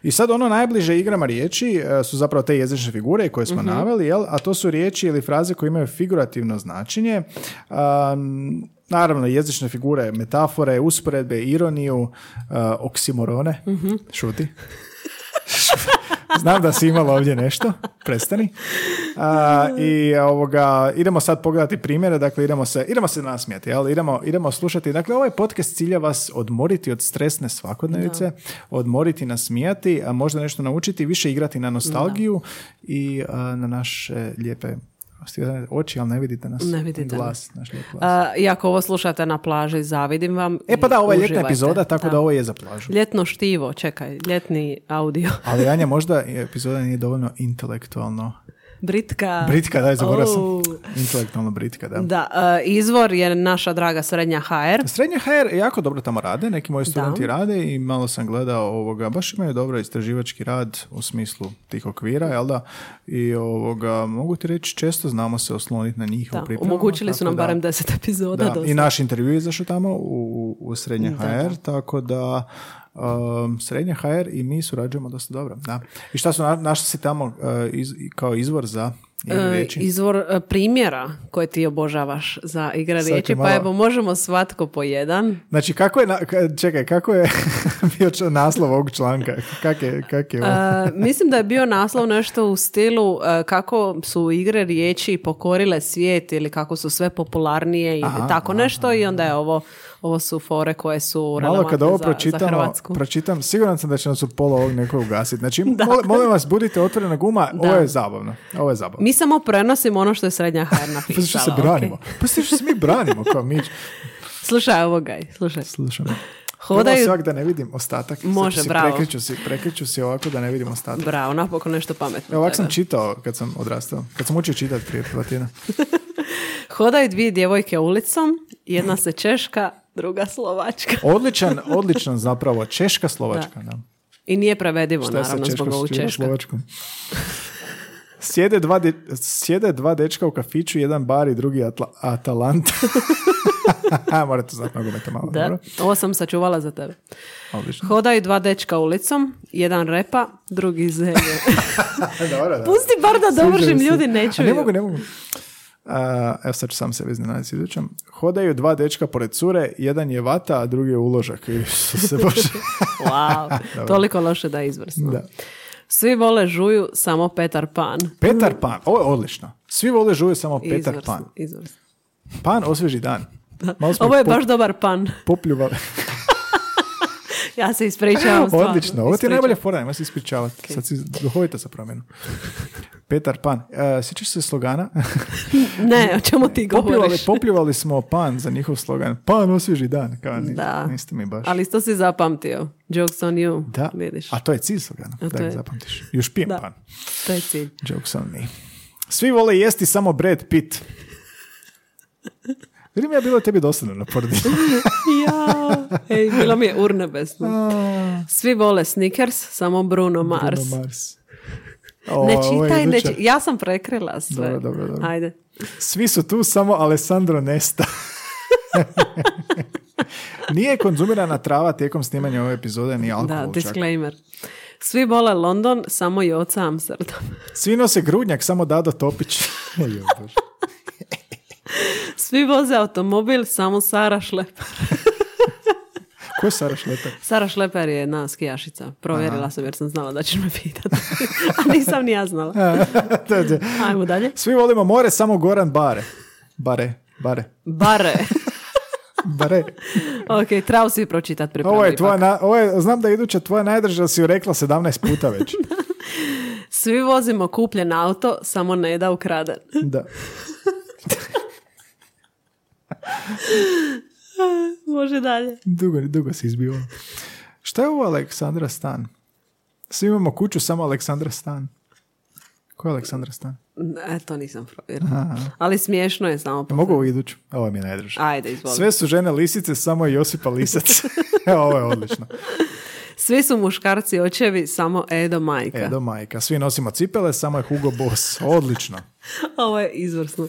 I sad ono najbliže igrama riječi e, su zapravo te jezične figure koje
Mhm.
smo naveli, jel? a to su riječi ili fraze koje imaju figurativno značenje. Um, naravno, jezične figure, metafore, usporedbe, ironiju, e, oksimorone.
Mhm.
Šuti. Znam da si imala ovdje nešto, prestani. A, I ovoga, idemo sad pogledati primjere, dakle idemo se, idemo se nasmijati, jel? Idemo, idemo slušati. Dakle, ovaj podcast cilja vas odmoriti od stresne svakodnevice, odmoriti, nasmijati, a možda nešto naučiti, više igrati na nostalgiju i a, na naše lijepe oči, ali ne vidite nas.
Ne vidite
Glas, naš lijep glas.
A, E, I ako ovo slušate na plaži, zavidim vam.
E pa da, ovo je ljetna
Uživajte.
epizoda, tako da. ovo je za plažu.
Ljetno štivo, čekaj, ljetni audio. [laughs]
Ali Anja, možda epizoda nije dovoljno intelektualno
Britka.
Britka, da, zaboravio
Ou.
sam. Intelektualno Britka, da.
Da, e, izvor je naša draga srednja HR.
Srednja HR jako dobro tamo rade, neki moji studenti rade i malo sam gledao ovoga, baš imaju dobro istraživački rad u smislu tih okvira, jel da? I ovoga, mogu ti reći, često znamo se osloniti na njih
Da,
u pripremama.
omogućili su
tako
nam
da-
barem 10 epizoda.
da,
dosta.
I naš intervju je izašao tamo u, u Srednje HR, tako da um, srednje HR i mi surađujemo dosta dobro. Da. I šta su, na, našli si tamo uh, iz- kao izvor za igre
E,
riječi?
izvor e, primjera koje ti obožavaš za igre
Sad te
riječi,
malo-
pa evo možemo svatko po
[laughs]
jedan.
Znači, kako je, na, ka- čekaj, kako je [laughs] bio čl- naslov ovog članka? Kak je, kak je ovo?
E, mislim da je bio naslov nešto u stilu e, kako su igre riječi pokorile svijet ili kako su sve popularnije i
Aha,
tako nešto i onda je ovo, ovo su fore koje su
Malo
relevantne
kada ovo
za, za
pročitamo,
Hrvatsku.
pročitam, siguran sam da će nas u pola ovog neko ugasiti.
[laughs]
Znači,
Dakle.
mol- molim vas, budite otvorena guma, ovo je zabavno. Ovo je zabavno.
Mi samo prenosimo ono što je srednja HR
[laughs] Pa što
napisala.
se
ok?
branimo? Pa što se mi branimo kao mi?
Slušaj ovo gaj, slušaj.
Slušam.
Hodaju,
Hodaju... da ne vidim ostatak. Sad
Može,
si,
bravo.
Prekriću si, prekriću si ovako da ne vidim ostatak.
bravo, napokon nešto pametno.
Evo, ovako
od
sam
tebe.
čitao kad sam odrastao. Kad sam učio čitati prije dva tjedna.
Hodaju dvije djevojke ulicom, jedna se češka, druga slovačka.
Odličan, odličan zapravo. Češka, slovačka. Da.
I nije prevedivo,
Šta je sa
Pa naravno,
Češkom,
zbog ovog
Češkom,
češka.
Slovačkom? [laughs] Sjede dva, de, sjede dva dečka u kafiću, jedan bar i drugi atla, Atalanta. [laughs] Morate znati nogometa malo.
Da,
dobro?
ovo sam sačuvala za tebe.
Odlično.
Hodaju dva dečka ulicom, jedan repa, drugi
[laughs]
zelje.
[laughs] Dobro, da.
[laughs] Pusti bar da
Sviđa mi
dovršim,
se.
ljudi ne
A
čuju.
Ne mogu, ne mogu. A, evo sad ću sam sebe iznenaditi s idućom. Hodaju dva dečka pored cure, jedan je vata, a drugi je uložak. [laughs] Isuse
[laughs] [laughs]
Bože. [laughs]
Wow, toliko loše da je izvrsno.
Da.
Svi vole žuju, samo Petar Pan.
Petar Pan, ovo je odlično. Svi vole žuju samo Petar
Izvrsno,
Pan.
izvrsno.
Pan osvježi dan. Malo smo
Ovo je
po-
baš dobar pan.
popljuvali.
Ja se ispričavam stvarno.
[laughs] Odlično, ovo ti je
Ispričavam.
najbolja fora, nemoj se ispričavati. Sad si duhovita sa promjenom. Petar Pan, uh, sjećaš se slogana?
Ne, o čemu ti
[laughs] popljuvali,
govoriš?
popljuvali smo Pan za njihov slogan. Pan osvježi dan. Kao, ni-
Da.
Niste mi baš.
Ali to si zapamtio. Jokes on you,
Da,
vidiš.
a to je cilj slogana, da
to
ga
je-
zapamtiš. Još pijem
Da.
pan.
To je cilj.
Jokes on me. Svi vole jesti samo Brad Pitt. Vidim ja bilo tebi dosadno na porodilju.
Ja, [laughs] ej, bilo mi je urnebesno. Svi vole Snickers, samo Bruno [laughs]
[laughs]
Mars.
Bruno Mars.
Ne
O, ovo je
čitaj, ne
iduća.
či- Ja sam prekrila sve.
Dobro, dobro, dobro.
Ajde.
Svi su tu samo
[laughs]
Alessandro Nesta. Nije konzumirana trava tijekom snimanja ove epizode, ni
Da,
alkohol čak.
disclaimer. Svi vole London, samo i oca Amsterdam. [laughs]
Svi nose grudnjak, samo Dado Topić. [laughs] Jo, Bože.
Svi voze automobil, samo Sara Šleper.
Ko je Sara Šleper?
Sara Šleper je jedna skijašica. Provjerila sam jer sam znala da ćeš me pitati. [laughs] A nisam ni ja znala.
[laughs] To je-
Ajmo dalje.
Svi volimo more, samo Goran Bare. Bare, bare,
Bare.
bare.
ok, trebao si pročitat pripremu.
Ovo je
ipak.
tvoja, na, ovo je, znam da je iduća tvoja najdrža, si ju rekla 17 puta već.
Svi vozimo kupljen auto, samo ne da ukraden.
Da.
[laughs] Može dalje.
Dugo, dugo se izbio. Šta je ovo Aleksandra Stan? Svi imamo kuću, samo Aleksandra Stan. Ko je Aleksandra Stan?
E, to nisam provjerila. Ali smiješno je samo. po-
Pa Mogu ovu iduću? Ovo mi je najdrža.
Ajde, izvoli.
Sve su žene lisice, samo je
[laughs]
Josipa Lisac. Evo, ovo je odlično.
Svi su muškarci očevi, samo Edo majka.
Edo E, majka. Svi nosimo cipele, samo je Hugo Boss. Odlično.
[laughs] Ovo je izvrsno.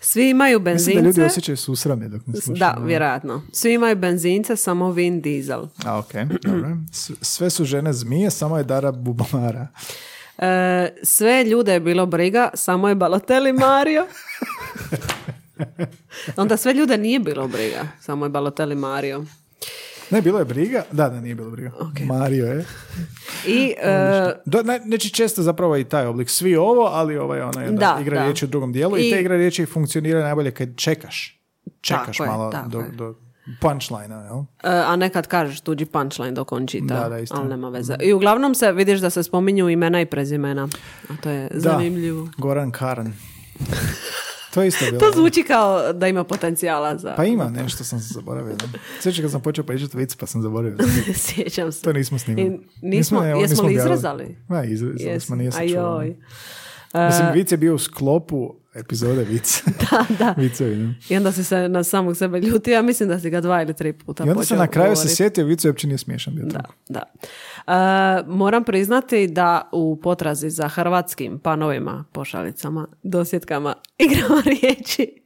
Svi imaju
Mislim da ljudi
benzince.
osjećaju susrame dok ne slušaju.
Da, vjerojatno. Svi imaju benzince, samo Vin Diesel.
A, ok. Dobro. S- Sve su žene zmije, samo je Dara Bubamara.
E, sve ljude je bilo briga, samo je Baloteli
[laughs]
Mario. Onda sve ljude nije bilo briga, samo je Baloteli Mario.
Ne, bilo je briga. Da, da, nije bilo briga. Mario je.
I e,
Da, ne, znači često zapravo i taj oblik. Svi ovo, ali ovaj ona jedna
Da,
igra
da.
riječi u drugom dijelu i,
I-
te igra riječi funkcionira najbolje kad čekaš. Čekaš
Tako je,
malo
tako
do,
je.
do punchline-a, jel?
E, a nekad kažeš tuđi punchline dok on čita,
Da, da, istina.
ali nema veze. I uglavnom se vidiš da se spominju imena i prezimena, a to je zanimljivo.
Da, Goran Karan. To
[laughs]
je isto bilo.
To zvuči kao da ima potencijala za...
Pa ima nešto, sam se zaboravio. da. Sjećam kad sam počeo pričati vic, pa sam zaboravio.
[laughs] Sjećam se.
To nismo snimali.
I nismo,
evo,
jesmo li
objavili.
izrezali?
Ma, izrezali
Jesmo. E.
smo, nije se čulo.
Ajoj.
Mislim, vic je bio u sklopu epizode
[laughs]
vic. da, da. Vicovi, ne?
I onda si se na samog sebe ljutio, ja mislim da si ga dva ili tri puta
I onda
počeo
sam na kraju se
govorit.
sjetio, vicu uopće nije smiješan bio.
Da, da. E, moram priznati da u [laughs] potrazi za hrvatskim panovima, pošalicama, dosjetkama, igrama riječi,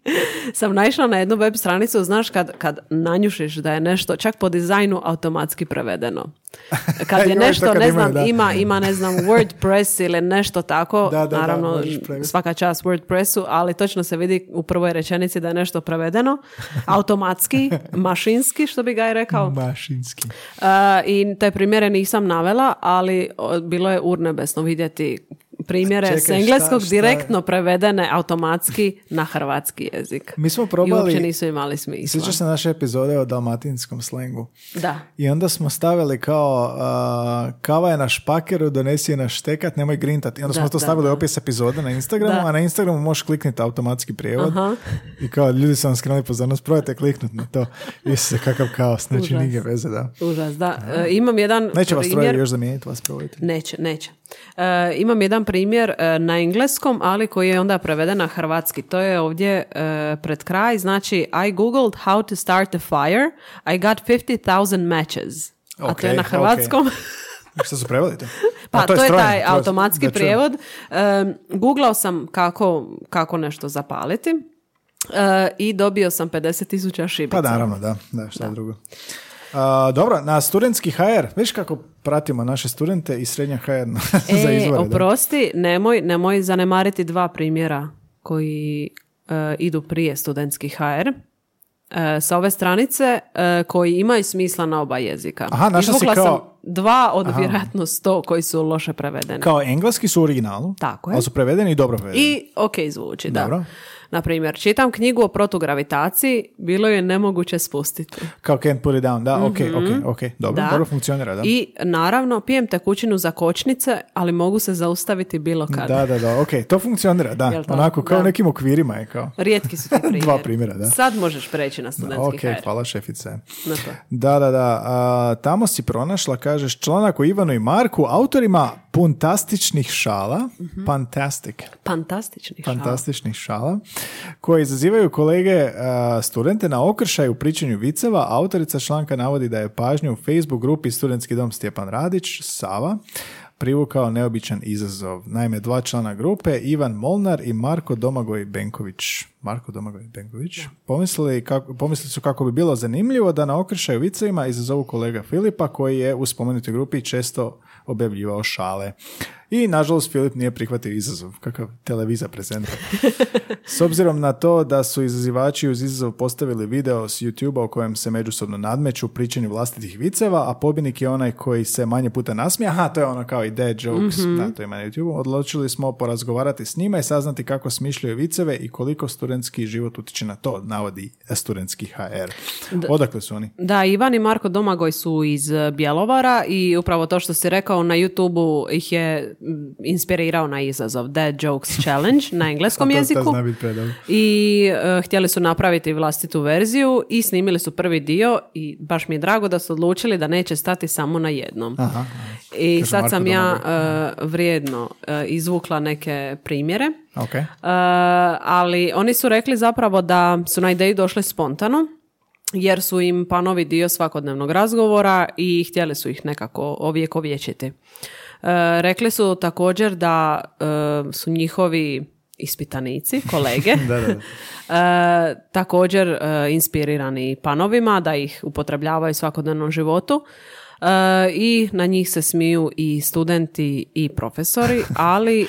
sam naišla na jednu web stranicu, znaš kad, kad nanjušiš da je nešto čak po dizajnu automatski
[laughs]
prevedeno. Kad je
Ima i to
nešto,
kad
ne
imaju,
znam,
da.
ima, ima ne znam WordPress ili nešto tako,
[laughs] Da, da, da,
naravno
možeš prevesti.
svaka čast WordPressu, ali točno se vidi u prvoj rečenici da je nešto
[laughs]
prevedeno, automatski, mašinski, što bi ga je rekao.
Mašinski.
Uh, I te primjere nisam navela, ali o, bilo je urnebesno vidjeti primjere
Čekaj,
s engleskog
šta- šta je?
direktno prevedene automatski na hrvatski jezik.
Mi smo
I uopće
probali-
nisu imali smisla.
Sjećaš se naše epizode o dalmatinskom slengu?
Da.
I onda smo stavili kao a, kava je na špakeru, donesi je na štekat, nemoj grintat. I onda
Da,
smo to
da,
stavili
da.
opis epizode na Instagramu,
Da.
a na Instagramu možeš kliknuti automatski prijevod.
Aha.
I kao, ljudi su vam skrenuli pozornost, probajte kliknuti na to. Isuse, kakav kaos, znači
Užas.
nige veze, da.
Užas, da. E, imam jedan
Neće vas
primjer.
troje još zamijeniti, vas probajte.
Neće, neće. E, imam jedan primjer e, na engleskom, ali koji je onda preveden na hrvatski. To je ovdje e, pred kraj. Znači, I googled how to start a fire. I got 50,000 matches. A to je
Ok,
na
ok.
hrvatskom.
Šta su preveli to?
Pa
A,
to je
strojno,
taj
to je-
automatski
da čujem.
prijevod. Um, googlao sam kako, kako nešto zapaliti uh, i dobio sam 50 tisuća šibica.
Pa naravno, da, da šta drugo. A, dobro, na studentski HR, viš kako pratimo naše studente i srednja HR na-
E,
[laughs] za izvore. da.
oprosti, nemoj, nemoj zanemariti dva primjera koji uh, idu prije studentski HR. uh, sa ove stranice uh, koji imaju smisla na oba jezika.
Aha, našla si
Izvukla
kao-
sam dva od vjerojatno sto koji su loše prevedeni.
Kao engleski su u originalu,
Tako je.
ali su prevedeni i dobro prevedeni.
I ok zvuči, da.
Dobro.
Naprimjer, čitam knjigu o protugravitaciji, bilo je nemoguće spustiti.
Kao can't put it down, da, ok, ok, ok, dobro,
Mhm. Da.
dobro funkcionira, da.
I naravno, pijem tekućinu za kočnice, ali mogu se zaustaviti bilo kad.
Da, da, da, ok, to funkcionira, da,
Jel to?
onako kao
Da.
u nekim okvirima je kao.
Rijetki su ti primjeri.
[laughs] Dva primjera, da.
Sad možeš preći na studentski
Ok,
HR.
hvala šefice.
Na to.
Da, da, da, a, tamo si pronašla, kažeš, članak o Ivanu i Marku, autorima puntastičnih šala,
Mhm.
fantastic.
Fantastični šal.
fantastičnih šala koje izazivaju kolege e, studente na okršaj u pričanju viceva. Autorica članka navodi da je pažnju u Facebook grupi Studentski dom Stjepan Radić, Sava, privukao neobičan izazov. Naime, dva člana grupe, Ivan Molnar i Marko Domagoj Benković. Marko Domagoj Benković. Pomislili, kako, pomislili su kako bi bilo zanimljivo da na okršaju vicevima izazovu kolega Filipa koji je u spomenutoj grupi često objavljivao šale. I nažalost Filip nije prihvatio izazov, kakav televiza prezenta. S obzirom na to da su izazivači uz izazov postavili video s YouTube-a u kojem se međusobno nadmeću u pričanju vlastitih viceva, a pobjednik je onaj koji se manje puta nasmije, aha, to je ono kao i dead jokes, da, to ima na youtube odlučili smo porazgovarati s njima i saznati kako smišljaju viceve i koliko studentski život utječe na to, navodi studentski HR. Odakle su oni?
Da, Ivan i Marko Domagoj su iz eh, Bjelovara i upravo to što si rekao na YouTubeu ih je mm, inspirirao na izazov Dead Jokes Challenge
[laughs]
na engleskom
To- to
jeziku.
zna bit predobro.
I eh, htjeli su napraviti vlastitu verziju i snimili su prvi dio i baš mi je drago da su odlučili da neće stati samo na jednom.
Aha.
I
Kaže
sad
Marko
sam ja eh, vrijedno eh, izvukla neke primjere.
Ok.
E, ali oni su rekli zapravo da su na ideju došli spontano, jer su im panovi dio svakodnevnog razgovora i htjeli su ih nekako ovjekovječiti. E, rekli su također da e, su njihovi ispitanici, kolege,
[laughs] Da, da,
[laughs]
da.
e, također e, inspirirani panovima, da ih upotrebljavaju u svakodnevnom životu. E, I na njih se smiju i studenti i profesori, ali e,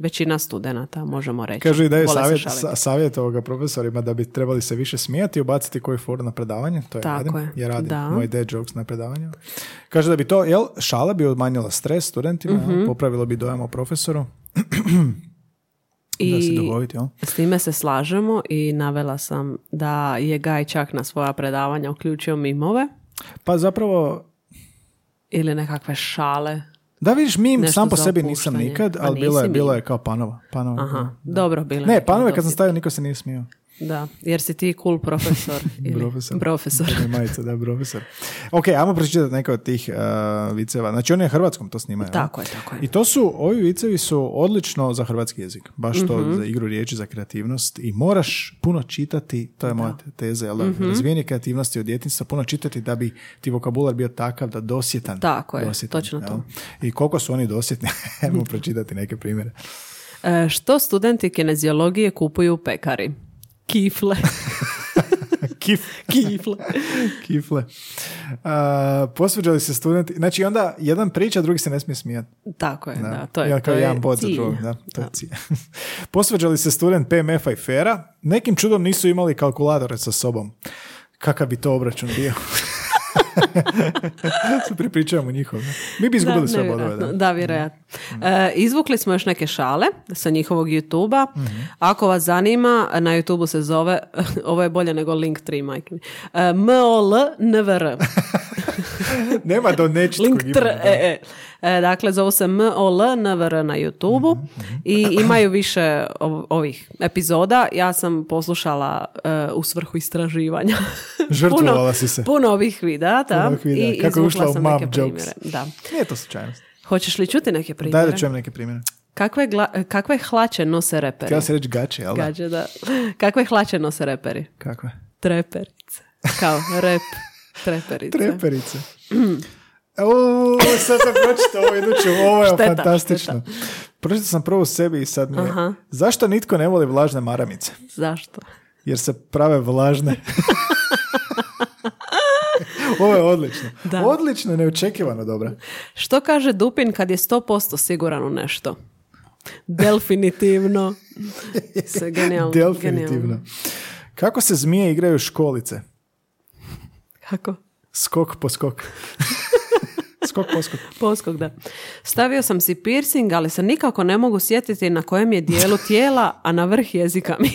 većina studenata, možemo reći.
Kažu i da je
Vole se
savjet,
šaliti.
sa- savjet ovoga profesorima da bi trebali se više smijati i ubaciti koji for na predavanje. To je
Tako
radim.
je,
Ja radim
da.
moj dead jokes na predavanju. Kaže da bi to, jel, šala bi odmanjila stres studentima, jel,
Mhm.
popravilo bi dojam o profesoru. Da se
I
dogoviti, jel?
S time se slažemo i navela sam da je Gaj čak na svoja predavanja uključio mimove
Pa zapravo,
ili nekakve šale.
da vidiš, mi
Nešto
sam po
za
sebi nisam
opuštanje.
nikad,
Pa
ali bilo je,
nisi
bilo
mim.
je kao panova. panova.
Aha, dobro bile.
Ne,
neke
panove kad sam
dobri-
stavio, niko se nije smio.
Da, jer si ti cool
[laughs]
profesor. ili-
Profesor.
Profesor.
Crne majice, da, profesor. Ok, ajmo pročitati neke od tih uh, viceva. Znači, oni na hrvatskom to snimaju. jel?
Tako je, tako je.
I to su, ovi vicevi su odlično za hrvatski jezik. Baš to
Mhm.
za igru riječi, za kreativnost. I moraš puno čitati, to je moja teza, jel? da,
Mhm.
Razvijanje kreativnosti od djetinjstva, puno čitati da bi ti vokabular bio takav da dosjetan.
Tako je,
dosjetan,
točno to.
jel? I koliko su oni dosjetni, [laughs] ajmo pročitati neke primjere. [laughs]
E, što studenti kineziologije kupuju u pekari?
[laughs]
Kifle.
Kif,
Kifle.
kifle. Uh, posvađali se studenti. Znači onda jedan priča, drugi se ne smije smijati.
Tako je, da.
Da.
to je,
Ja, kao
to je
jedan bod za
cilj.
drugog, da, to je
Da.
cilj. [laughs] Posvađali se student PMF-a i Fera. Nekim čudom nisu imali kalkulatore sa sobom. Kakav bi to obračun
[laughs]
bio? Se pripričavamo njihov. ne? Mi bi izgubili
Da,
sve
nevjerojatno.
bodove. Da. Mm.
Da, vjerojatno. E, izvukli smo još neke šale sa njihovog YouTube-a.
Mhm.
Ako vas zanima, na YouTube-u se zove, [laughs] ovo je bolje nego link 3, majke mi. E, MOL NVR.
Nema do nečitog
Link tr,
imena, da. Mhm,
e, e. E, dakle, zovu se MOL NVR na YouTube-u i imaju više ov- ovih epizoda. Ja sam poslušala e, u svrhu istraživanja. [laughs]
Žrtvovala
Puno-
si se.
Puno ovih videa, da.
Puno ovih videa.
I
Kako je
izvukla
ušla u
sam
mom
neke
jokes.
primjere. Da.
Nije to slučajnost.
Hoćeš li čuti neke primjere?
Daj da čujem neke primjere.
Kakve, gla- e, kakve hlače nose reperi?
Htjela si reći gače, jel da?
Gađe, da. [laughs] Kakve hlače nose reperi?
Kakve?
Treperice. Kao rep. Treperice.
[clears throat] Treperice. O, sad sam pročitao ovo iduću, ovo je
Šteta,
fantastično. Pročitao sam prvo u sebi i sad mi je.
Aha.
Zašto nitko ne voli vlažne maramice?
Zašto?
Jer se prave
[laughs]
vlažne. ovo je odlično.
Da.
Odlično, neočekivano dobra.
Što kaže Dupin kad je 100% siguran u nešto?
[laughs]
Definitivno. Se genijalno.
Definitivno.
genijalno.
Kako se zmije igraju školice?
Kako?
Skok
[laughs]
po skok. skok po skok.
Poskog, da. Stavio sam si piercing, ali se nikako ne mogu sjetiti na kojem je
[laughs]
dijelu tijela, a na vrh jezika mi.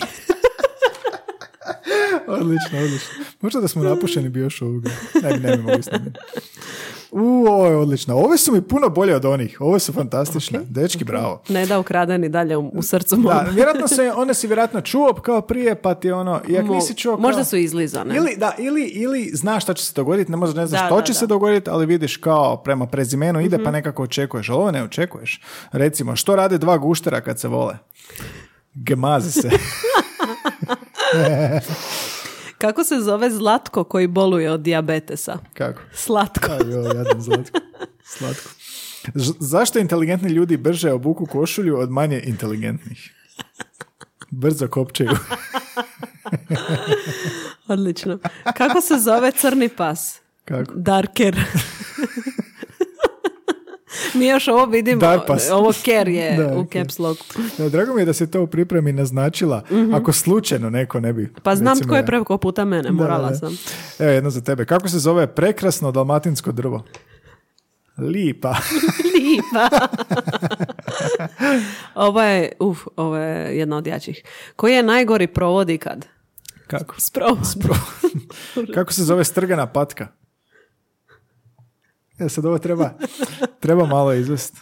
Odlično, odlično. Možda da smo napušeni bi još ovoga. Ne, ne bi mogli snimiti. U, ovo je odlično. Ove su mi puno bolje od onih. Ovo su fantastične. Dečki, bravo.
[laughs] Ne da ukradeni dalje u, u srcu mom.
Da, vjerojatno se, one si vjerojatno čuo kao prije, pa ti ono, i ako nisi čuo kao-
Možda su izlizane.
Ili, da, ili, ili znaš šta će se dogoditi, ne možda ne znaš
Da,
što
da, Mhm.
će
da.
se dogoditi, ali vidiš kao prema prezimenu ide pa nekako očekuješ. Ovo ne očekuješ. Recimo, što rade dva guštera kad se vole? Gemazi se. [laughs]
Kako se zove Zlatko koji boluje od dijabetesa?
Kako?
Slatko.
Aj, joj, Pa jadan Zlatko. Slatko. Ž- zašto inteligentni ljudi brže obuku košulju od manje inteligentnih?
[laughs]
Brzo kopčaju.
[laughs] Odlično. Kako se zove crni pas?
Kako?
Darker. Mi još ovo vidimo.
Darpas.
Ovo ker je
[laughs] Da,
u caps locku.
Da, drago mi je da se to u pripremi naznačila. Ako slučajno neko ne bi...
Mhm. Pa znam
recimo,
tko je
ja-
preko puta mene,
Da, da,
morala
da.
sam. [laughs]
Evo jedno za tebe. Kako se zove prekrasno dalmatinsko drvo? Lipa.
Lipa. ovo je, uf, ovo je jedna od jačih. Koji je najgori provod ikad?
Kako?
Sprovo. [laughs]
Kako se zove strgana patka? E, sad ovo treba, treba malo izvesti.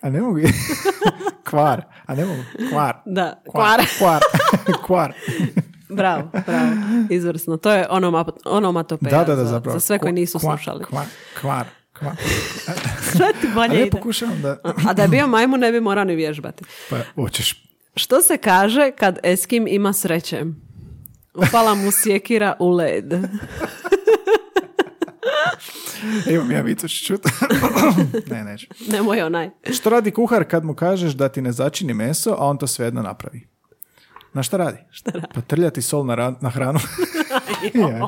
A ne mogu... [laughs] kvar. A ne mogu... Kvar.
Da,
Kvar.
kvar.
Kvar. [laughs] Kvar.
[laughs] Bravo, bravo. Izvrsno. To je onomap, onomatopeja
Da, da, da,
Pa za,
zapravo.
za sve koji
Kvar,
nisu
kvar,
slušali.
Kvar, kvar, kvar.
Sve ti
A
bolje
ne
ide.
pokušavam da...
A da je bio majmun ne bi morao ni vježbati.
Pa, hoćeš...
Što se kaže kad Eskim ima sreće? Upala mu sjekira u led.
Imam ja vicu
[laughs]
čut. ne, neću.
Nemoj onaj.
Što radi kuhar kad mu kažeš da ti ne začini meso, a on to svejedno napravi? Na šta radi? Šta radi? Pa trlja ti sol na, ra- na [laughs] hranu. ja,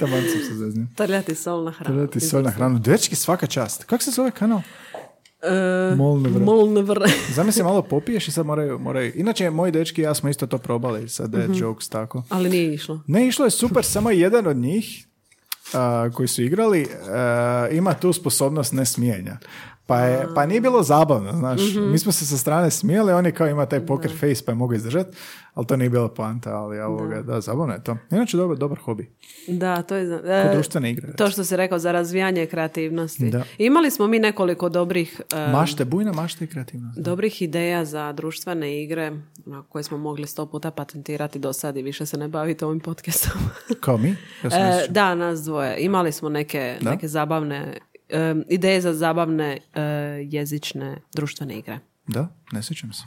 taman sam se zeznio.
Trljati sol na hranu.
Trlja ti sol na hranu. Dečki, svaka čast. Kako se zove kanal?
E,
Molne vrat.
molne vr-
Zamisli malo popiješ i sad moraju, moraju. Inače, moji dečki i ja smo isto to probali sa Dead Jokes, tako.
Ali nije išlo.
Ne, išlo je super, samo je jedan od njih a, koji su igrali a, ima tu sposobnost nesmijenja. Pa, je, pa nije bilo zabavno, znaš.
Mhm.
Mi smo se sa strane smijeli, on je kao ima taj poker face pa je mogao izdržati, ali to nije bila poanta, ali ovoga, da, zabavno je to. Inače, dobar, dobar hobi.
Da, to je... za- e,
Ko društvene igre.
To što si rekao za razvijanje kreativnosti.
Da.
Imali smo mi nekoliko dobrih... e,
Mašte, bujna mašte i kreativnost.
dobrih ideja za društvene igre na koje smo mogli sto puta patentirati do sad i više se ne bavite ovim podcastom. [laughs]
Kao mi? Ja sam
E,
mislio.
da, nas dvoje. Imali smo neke,
Da?
neke zabavne, em, ideje za zabavne e, jezične društvene igre.
da, ne sjećam se.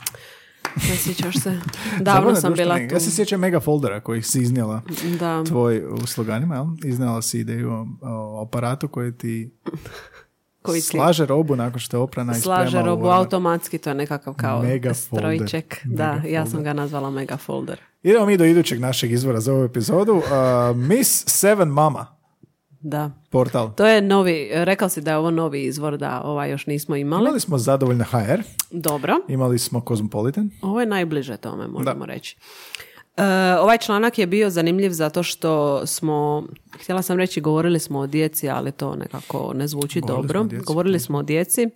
Ne sjećaš
[laughs]
se?
Zabavne
Davno sam
društvene
bila
igre.
tu.
Ja se sjećam mega foldera koji si iznijela.
Da.
tvoj u sloganima, jel? Iznala si ideju o, o aparatu koji
[laughs]
ti
koji ti
Slaže robu nakon što je oprana i sprema
slaže robu
u ormar.
automatski, to je nekakav kao
ono, Mega folder.
strojček. Da,
Mega
ja sam ga nazvala mega folder.
Idemo mi do idućeg našeg izvora za ovu epizodu. Uh, Miss Seven Mama
Da.
portal.
To je novi, rekao si da je ovo novi izvor, da ovaj još nismo imali.
Imali smo zadovoljna HR,
Dobro.
imali smo Cosmopolitan.
Ovo je najbliže tome, možemo reći. E, ovaj članak je bio zanimljiv zato što smo, htjela sam reći, govorili smo o djeci, ali to nekako ne zvuči
Govorili
dobro.
smo o djeci.
govorili smo o djeci. e,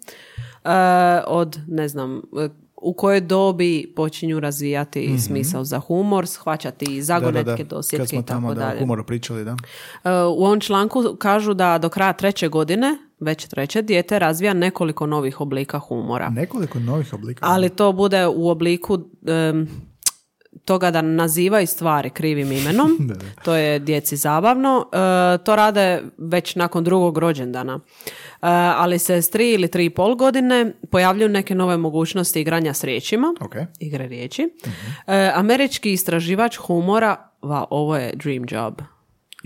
od, ne znam, e, u kojoj dobi počinju razvijati smisao za humor, shvaćati
Da, Mhm. da,
zagonetke,
da. Kad
dosjetke
smo
i
tamo
tako
da, o
dalje.
humoru pričali, da.
E, U ovom članku kažu da do kraja treće godine, već treće, dijete razvija nekoliko novih oblika humora.
Nekoliko novih oblika.
Ali to bude u obliku em, toga da nazivaju stvari krivim imenom.
[laughs] Da, da.
To je djeci zabavno. E, to rade već nakon drugog rođendana. E, ali se s tri ili tri i pol godine pojavljuju neke nove mogućnosti igranja s riječima.
Ok. Mhm.
Igre riječi. E, američki istraživač humora, va, ovo je dream job.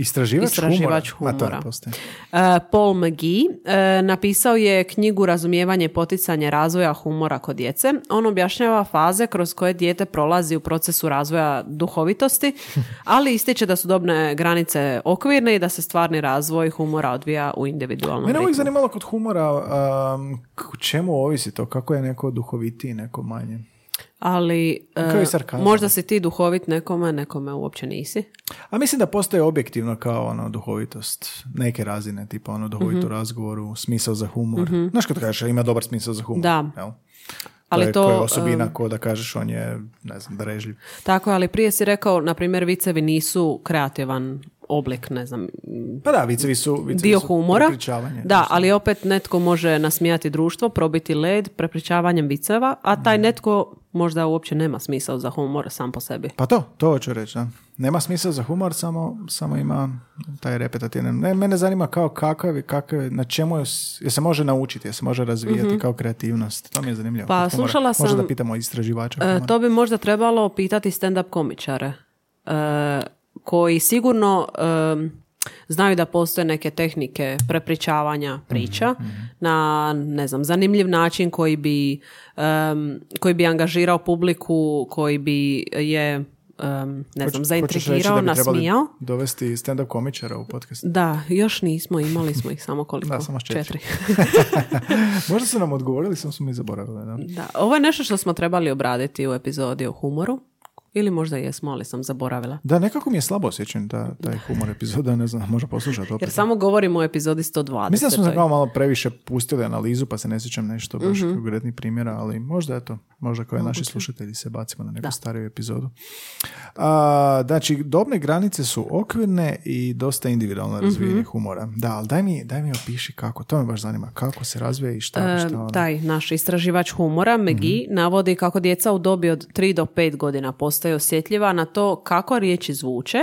Istraživač,
Istraživač
humora. Ma, to ne
humora.
postoji.
E, Paul McGee e, napisao je knjigu Razumijevanje i poticanje razvoja humora kod djece. On objašnjava faze kroz koje dijete prolazi u procesu razvoja
[laughs]
duhovitosti, ali ističe da su dobne granice okvirne i da se stvarni razvoj humora odvija u individualnom
Mene uvijek
ritmu.
zanimalo kod humora um, k- čemu ovisi to, kako je neko duhovitiji, neko manje.
Ali e,
Kao i sarkazam.
možda si ti duhovit nekome, nekome uopće nisi.
A mislim da postoje objektivno kao ono duhovitost, neke razine, tipa ono duhovito
Mhm.
u razgovoru, smisao za humor. Znaš kad kažeš ima dobar smisao za humor.
Da.
Jel?
Ali
je,
to, eh,
je osobina ko da kažeš on je, ne znam, drežljiv.
Tako, je, ali prije si rekao, na primjer, vicevi nisu kreativan oblik, ne znam,
Pa da, vicevi su, vicevi
dio
su
humora.
prepričavanje.
Da, ali opet netko može nasmijati društvo, probiti led prepričavanjem viceva, a
Mhm.
taj netko možda uopće nema smisao za humor sam po sebi. E,
Pa to, to hoću reći. Da. Nema smisla za humor, samo, samo ima taj repetativan. Ne, mene zanima kao kakav, je- kakav je- na čemu je, s- je se može naučiti, je se može razvijati kao kreativnost. To mi je zanimljivo.
Mhm. Pa,
kod humora.
slušala sam-
Možda da pitamo istraživača.
E,
humora.
to bi možda trebalo pitati stand-up komičare, e, koji sigurno em, znaju da postoje neke tehnike prepričavanja priča
Mhm,
na, ne znam, zanimljiv način koji bi, em, koji bi angažirao publiku, koji bi je, em, ne znam,
Hoćeš reći da
zaintrigirao,
bi trebali
nasmijao.
dovesti stand-up komičara u
[laughs]
podcast.
Da, još nismo, imali smo ih samo koliko?
[laughs] Da, samo četiri.
četiri. [laughs]
Možda su nam odgovorili, samo smo mi zaboravili. Da.
Da, ovo je nešto što smo trebali obraditi u epizodi o humoru. Ili možda jesmo, ali sam zaboravila.
Da, nekako mi je slabo osjećan ta, taj humor epizoda, ne znam, možda poslušati opet.
Jer samo govorimo o epizodi 120.
Mislim da smo
to Mhm.
se
je-
kao malo previše pustili analizu, pa se ne sjećam nešto baš konkretnih primjera, ali možda eto, možda kao i naši slušatelji se bacimo na neku stariju epizodu. A, znači, dobne granice su okvirne i dosta
Mhm.
individualno razvijenih humora. Da, ali daj mi, daj mi opiši kako, to me baš zanima, kako se razvija i šta,
E,
šta ono. Mhm.
taj naš istraživač humora, Megi, navodi kako djeca u dobi od 3 do 5 godina postaju osjetljiva na to kako riječi zvuče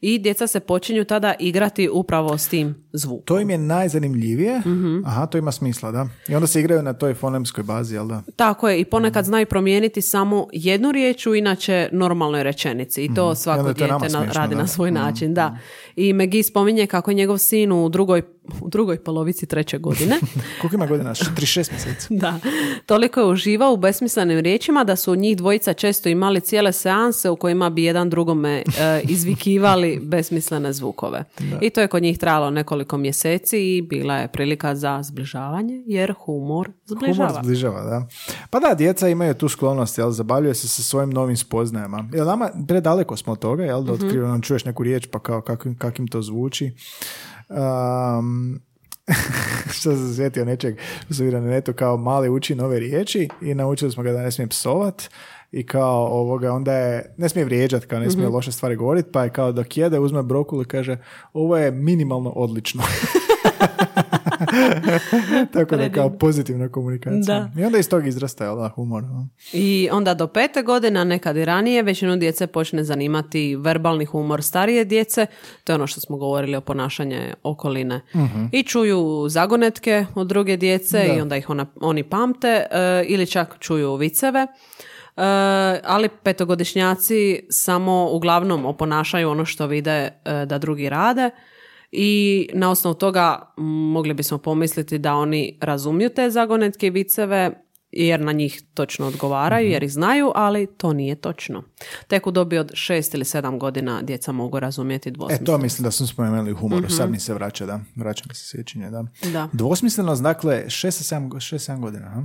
i djeca se počinju tada igrati upravo s tim zvukom.
To im je najzanimljivije, aha, to ima smisla, da. I onda se igraju na toj fonemskoj bazi, jel da?
Tako je, i ponekad
Mhm.
znaju promijeniti samo jednu riječ u inače normalnoj rečenici i to svako
Mhm. Onda je to
dijete
nama
na-
smiješno,
radi
da. Mhm.
na svoj način, da. I Megi spominje kako je njegov sin u drugoj, u drugoj polovici treće
[laughs]
godine
Koliko ima godina? 36 mjeseci.
Da. Toliko je uživao u besmislenim riječima da su njih dvojica često imali cijele seanse u kojima bi jedan drugome
[laughs]
e, izvikivali besmislene zvukove. I to je kod njih trajalo nekoliko mjeseci i bila je prilika za zbližavanje jer humor zbližava.
Humor zbližava, da. Pa da, djeca imaju tu sklonost, jel, zabavljuje se sa svojim novim spoznajama. Jel, nama predaleko smo od toga, jel, da otkrivo nam čuješ neku riječ, pa kao kakim, kakim to zvuči. Um, [laughs] što sam se sjetio nečeg, što sam vidio na netu, kao mali uči nove riječi i naučili smo ga da ne smije psovat i kao ovoga, onda je, ne smije vrijeđat, kao ne smije loše stvari govorit, pa je kao dok jede, uzme brokulu i kaže, ovo je minimalno odlično. Tako da kao pozitivna komunikacija. I onda iz tog izrasta je da, humor. no.
I onda do pete godina, nekad i ranije, većinu djece počne zanimati verbalni humor starije djece. To je ono što smo govorili o ponašanje okoline. I čuju zagonetke od druge djece i onda ih ona, oni pamte e, ili čak čuju viceve. E, ali petogodišnjaci samo uglavnom oponašaju ono što vide e, da eh, drugi rade i na osnovu toga m, mogli bismo pomisliti da oni razumiju te zagonetke i viceve jer na njih točno
Mhm.
odgovaraju, jer ih znaju, ali to nije točno. Tek u dobi od šest ili sedam godina djeca mogu razumjeti
E, to
dvosmislenost.
mislim da smo spomenuli u humoru. Sad mi se vraća, da. Vraća mi se sjećanje, da.
Da.
Dvosmislenost, dakle, 6-7 godina, aha?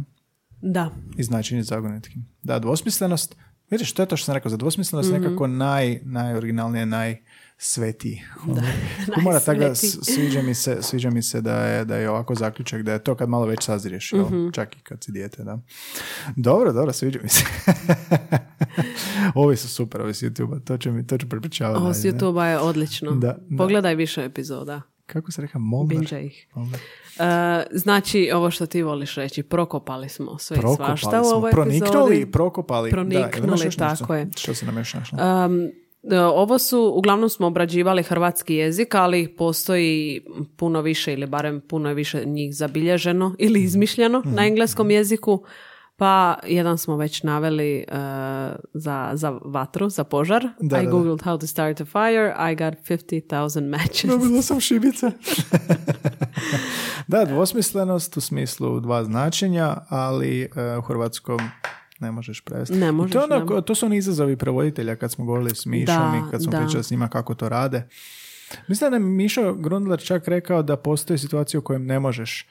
Da.
I značenje zagonetki. Da, dvosmislenost. Vidiš, to je to što sam rekao. Za dvosmislenost
Mhm.
nekako naj, najoriginalnije, najsvetiji.
[laughs]
Humora, tako da s- sviđa mi se, sviđa mi se da, je, da je ovako zaključak, da je to kad malo već sazriješ, jel?
Mhm.
čak i kad si dijete, da. Dobro, dobro, sviđa mi se. [laughs] ovi su super, ovi s YouTube-a, to će mi, to ću prepričavati.
Ovo
dalje,
s
ne?
youtube je odlično.
Da, da.
Pogledaj više epizoda.
Kako se reka? Molnar?
Binge ih.
Molnar.
E, znači, ovo što ti voliš reći, prokopali smo sve i
Prokopali
svašta u
smo.
ovoj
Proniknuli,
epizodi.
prokopali. da, jel imaš
Proniknuli,
još nešto?
tako je.
Što si nam još našla?
Um, e, ovo su, uglavnom smo obrađivali hrvatski jezik, ali postoji puno više ili barem puno je više njih zabilježeno
Mhm.
ili izmišljeno na engleskom jeziku. Pa jedan smo već naveli e, za, za vatru, za požar.
Da,
I
da, da.
googled how to start a fire, I got 50,000 matches.
Dobila sam šibice. da, dvosmislenost u smislu dva značenja, ali e, u hrvatskom ne možeš prevesti.
Ne
I
možeš,
to, je ono
ne.
ko- to su oni izazovi prevoditelja kad smo govorili s Mišom
Da,
i kad smo
da.
pričali s njima kako to rade. Mislim da nam je Mišo Grundler čak rekao da postoji situacija u kojem ne možeš,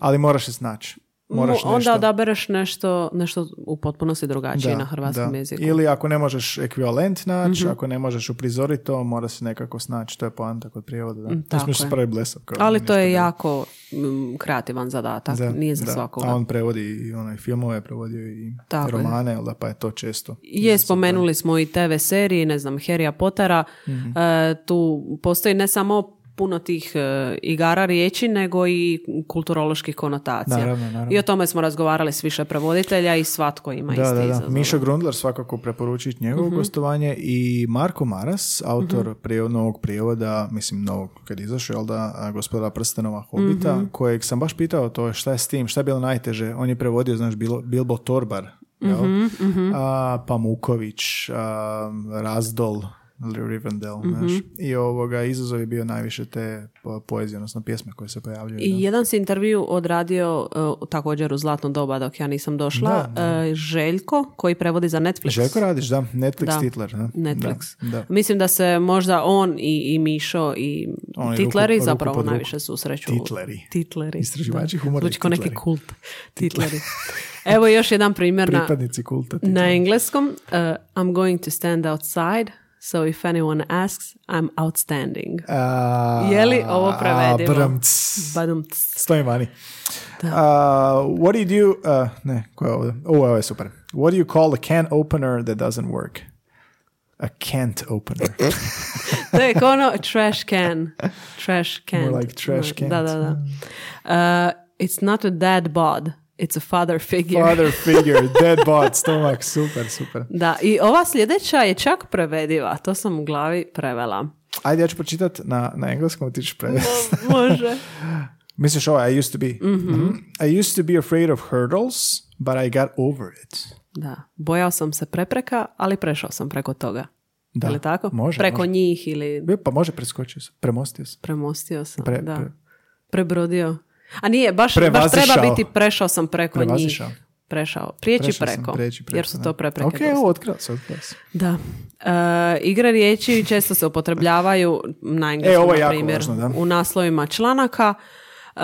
ali moraš se snaći. [laughs] Moraš
Mu- Mhm. onda
nešto.
odabereš nešto, nešto u potpunosti drugačije na hrvatskom
da.
jeziku. Mhm.
Ili ako ne možeš ekvivalent naći, ako ne možeš uprizoriti to, mora se nekako snaći. To je poanta kod prijevoda. Da. ne
Mm, tako
smiješ se
je.
praviti blesav. kao
Ali
nešto
to je
da-
jako mm, kreativan zadatak,
Da,
nije za
da.
svakoga.
A on prevodi i onaj filmove, prevodio i
Tako je.
romane, jel da, pa je to često.
Je, spomenuli smo i TV serije, ne znam, Harrya Pottera.
Mhm.
E, tu postoji ne samo puno tih e, igara riječi, nego i kulturoloških konotacija.
Naravno, naravno.
I o tome smo razgovarali s više prevoditelja i svatko ima
Da,
isti
da, da.
izazov. Mhm.
Mišo Grundler svakako preporučiti njegovo gostovanje i Marko Maras, autor prije- novog prijevoda, mislim novog kad je izašao, jel da, a, gospodara Prstenova Hobita,
Mhm.
kojeg sam baš pitao to šta je s tim, šta je bilo najteže. On je prevodio, znaš, Bilo- Bilbo Torbar, jel?
Mhm,
A, Pamuković, a, Razdol, Rivendell,
Mhm.
znaš. I ovoga, izazov je bio najviše te po- poezije, odnosno pjesme koje se pojavljuju. da.
I jedan si intervju odradio e, također u Zlatno doba dok ja nisam došla. e, Željko koji prevodi za Netflix.
Željko radiš, da. Netflix
Da.
titler. Da.
Netflix.
Da, da.
Mislim da se možda on i, i Mišo i
Oni
titleri
ruku- ruku
zapravo
pod ruku.
najviše susreću.
Titleri.
Titleri.
Istraživači
da.
humora i
Zvuči kao neki
titleri.
kult. Titleri. Evo još jedan primjer na,
Pripadnici kulta.
na engleskom. Uh, I'm going to stand outside, so if anyone asks, I'm outstanding.
A,
Je li ovo prevedivo?
abramc.
Badumc.
Stojim vani. A, what do you do... a, ne, koja je ovdje? O, ovo je super. What do you call a can opener that doesn't work? A can't opener.
To je kao ono trash can. Trash can.
More like trash
Da, da, da. Uh, it's not a dad bod, it's a father figure.
Father figure, dead bot, stomak, super, super.
Da, i ova sljedeća je čak prevediva, to sam u glavi prevela.
Ajde, ja ću pročitat na, na engleskom, ti ćeš prevesti. [laughs]
Može.
Mrs. Shaw, I used to be. Mhm. I used to be afraid of hurdles, but I got over it.
Da, bojao sam se prepreka, ali prešao sam preko toga.
Da,
Je li tako?
može,
preko
može.
njih ili
Pa može, preskočio sam, premostio sam.
premostio sam.
Pre-
da.
pre-
Prebrodio. A nije, baš, baš
Prevazišao.
treba biti prešao sam preko
Prevazišao.
njih. Prešao. Prijeći
Prešao sam
preko,
preći preko,
Jer su
da.
to prepreke.
Ok,
dosta.
evo, otkrio se, otkrio se.
Da. E, igre riječi često se upotrebljavaju na
E,
engleskom,
ovo je
na
jako
primjer,
važno, da.
u naslovima članaka. E,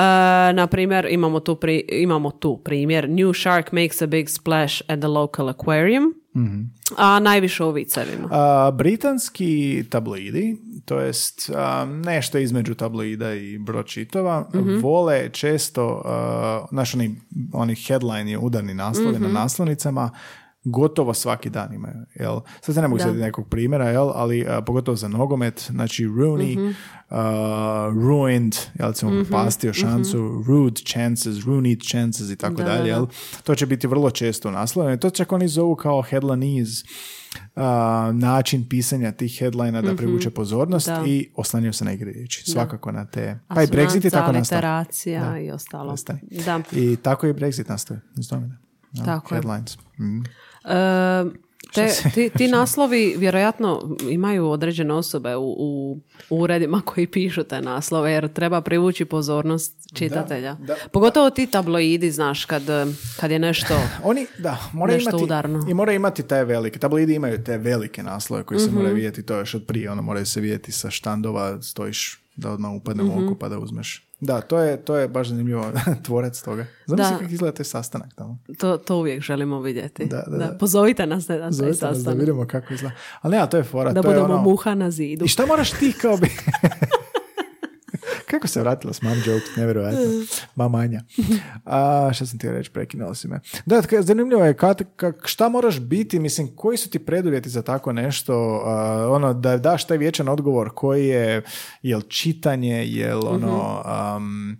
na primjer, imamo tu, pri- imamo tu primjer New shark makes a big splash at the local aquarium.
Mhm.
A najviše u vicevima.
A, britanski tabloidi, to jest a, nešto između tabloida i bročitova,
Mhm.
vole često, a, znaš, oni, oni headline je udarni naslovi
Mhm.
na naslovnicama, gotovo svaki dan imaju, jel? Sad se ne mogu sjetiti nekog primjera, jel? Ali a, pogotovo za nogomet, znači Rooney,
Mhm.
a, ruined, jel se mu upastio
Mhm.
šancu, rude chances, ruined chances i tako dalje, jel? To će biti vrlo često u naslovima. To čak oni zovu kao headline a, način pisanja tih headlina da privuče pozornost
Mhm. Da.
i oslanjaju se na igre riječi. Svakako na te. Pa i
Asonanca,
Brexit i tako nastaje.
aliteracija i ostalo.
Nastaje.
Da.
I tako i Brexit nastaje. iz domina. Da, Mhm.
Tako je.
Headlines. Mm.
E, Te, ti,
[laughs]
ti naslovi vjerojatno imaju određene osobe u, u uredima koji pišu te naslove jer treba privući pozornost čitatelja.
Da, da.
Pogotovo ti tabloidi, znaš, kad, kad je
[laughs]
nešto...
Oni, da, mora
Nešto
imati,
udarno.
i mora imati te velike, tabloidi imaju te velike naslove koji
Mhm.
se moraju vidjeti, to je još od prije, ono moraju se vidjeti sa štandova, stojiš da odmah upadne
Mhm.
u oko pa da uzmeš. Da, to je, to je baš zanimljivo [laughs] tvorac toga. Zamisli
Da.
kako izgleda taj sastanak tamo.
To, to uvijek želimo vidjeti.
Da, da, da.
Pozovite nas na taj
Zovite nas da
sastanak.
vidimo kako izgleda. Ali ne, to je fora.
Da
to je
budemo
ono-
muha na zidu.
I šta moraš ti kao bi... Kako se vratila s mom joke, nevjerojatno. Mamanja. A, šta sam ti reći, prekinula si me. Da, tk- zanimljivo je kad, kak- šta moraš biti, mislim, koji su ti preduvjeti za tako nešto, a, ono, da daš taj vječan odgovor koji je, jel čitanje, jel ono, am,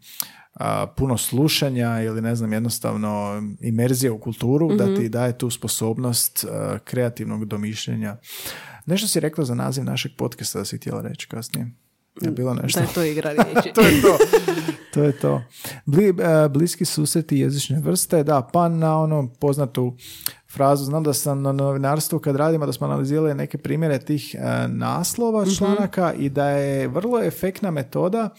a, puno slušanja ili ne znam jednostavno imerzija u kulturu da ti daje tu sposobnost a, kreativnog domišljenja. Nešto si rekla za naziv našeg podcasta da si htjela reći kasnije. Je bilo
Da
nešto?
je to
[laughs]
igra riječi.
to je to. To je to. Bli, e, bliski susreti jezične vrste, da, pa na ono poznatu frazu, znam da sam na novinarstvu kad radimo da smo analizirali neke primjere tih e, naslova članaka i da je vrlo efektna metoda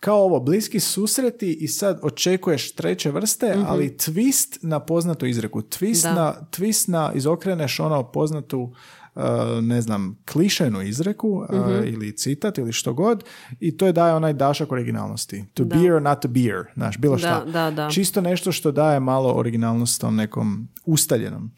kao ovo, bliski susreti i sad očekuješ treće vrste, ali twist na poznatu izreku. Twist
Da.
na, twist na izokreneš ono poznatu e, ne znam, klišenu izreku e,
Mhm.
ili citat ili što god i to je daje onaj dašak originalnosti. To be or not to beer, znaš, bilo
Da,
šta.
da, da.
Čisto nešto što daje malo originalnost tom nekom ustaljenom.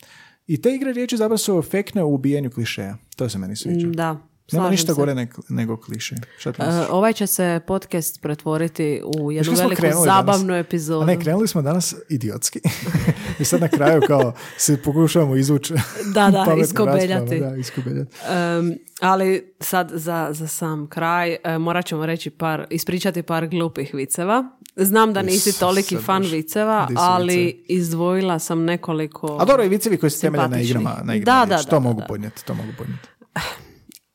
I te igre riječi zapravo su efektne u ubijanju klišeja. To se meni sviđa.
Da,
Nema
Mm, slažem
ništa
se.
gore ne- nego kliše. Šta ti
E,
misliš?
ovaj će se podcast pretvoriti u jednu
Znaš kako smo
veliku
krenuli
zabavnu
danas?
epizodu.
A ne, krenuli smo danas idiotski. [laughs] I sad na kraju kao se pokušavamo izvući.
[laughs] Da, da,
pametnu
iskobeljati.
raspravu, Da, iskobeljati.
Em, ali sad za, za sam kraj e, morat ćemo reći par, ispričati par glupih viceva. Znam da nisi
Isuse
toliki fan
Bože,
viceva,
di su
ali
vicevi?
izdvojila sam nekoliko...
A dobro, i vicevi koji se temelje na
Ono, Simpatični.
igrama. Na igrama
Da,
riječi.
da, da,
To
da,
mogu
da.
podnijeti, to mogu podnijeti.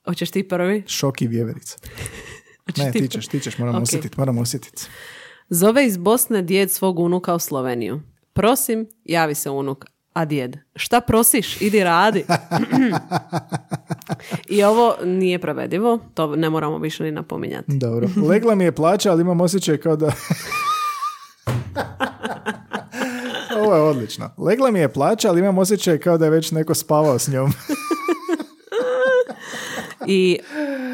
Hoćeš ti prvi?
Šok
[laughs]
i vjeverica. Ne, ti ćeš, ti ćeš, moram
Ok.
osjetiti, moram osjetiti.
Zove iz Bosne djed svog unuka u Sloveniju. Prosim, javi se unuk. A djed, šta prosiš? Idi
[laughs]
radi. I ovo nije provedivo, to ne moramo više ni napominjati. [laughs]
Dobro. Legla mi je plaća, ali imam osjećaj kao da... Ovo je odlično. Legla mi je plaća, ali imam osjećaj kao da je već neko spavao s njom. [laughs]
I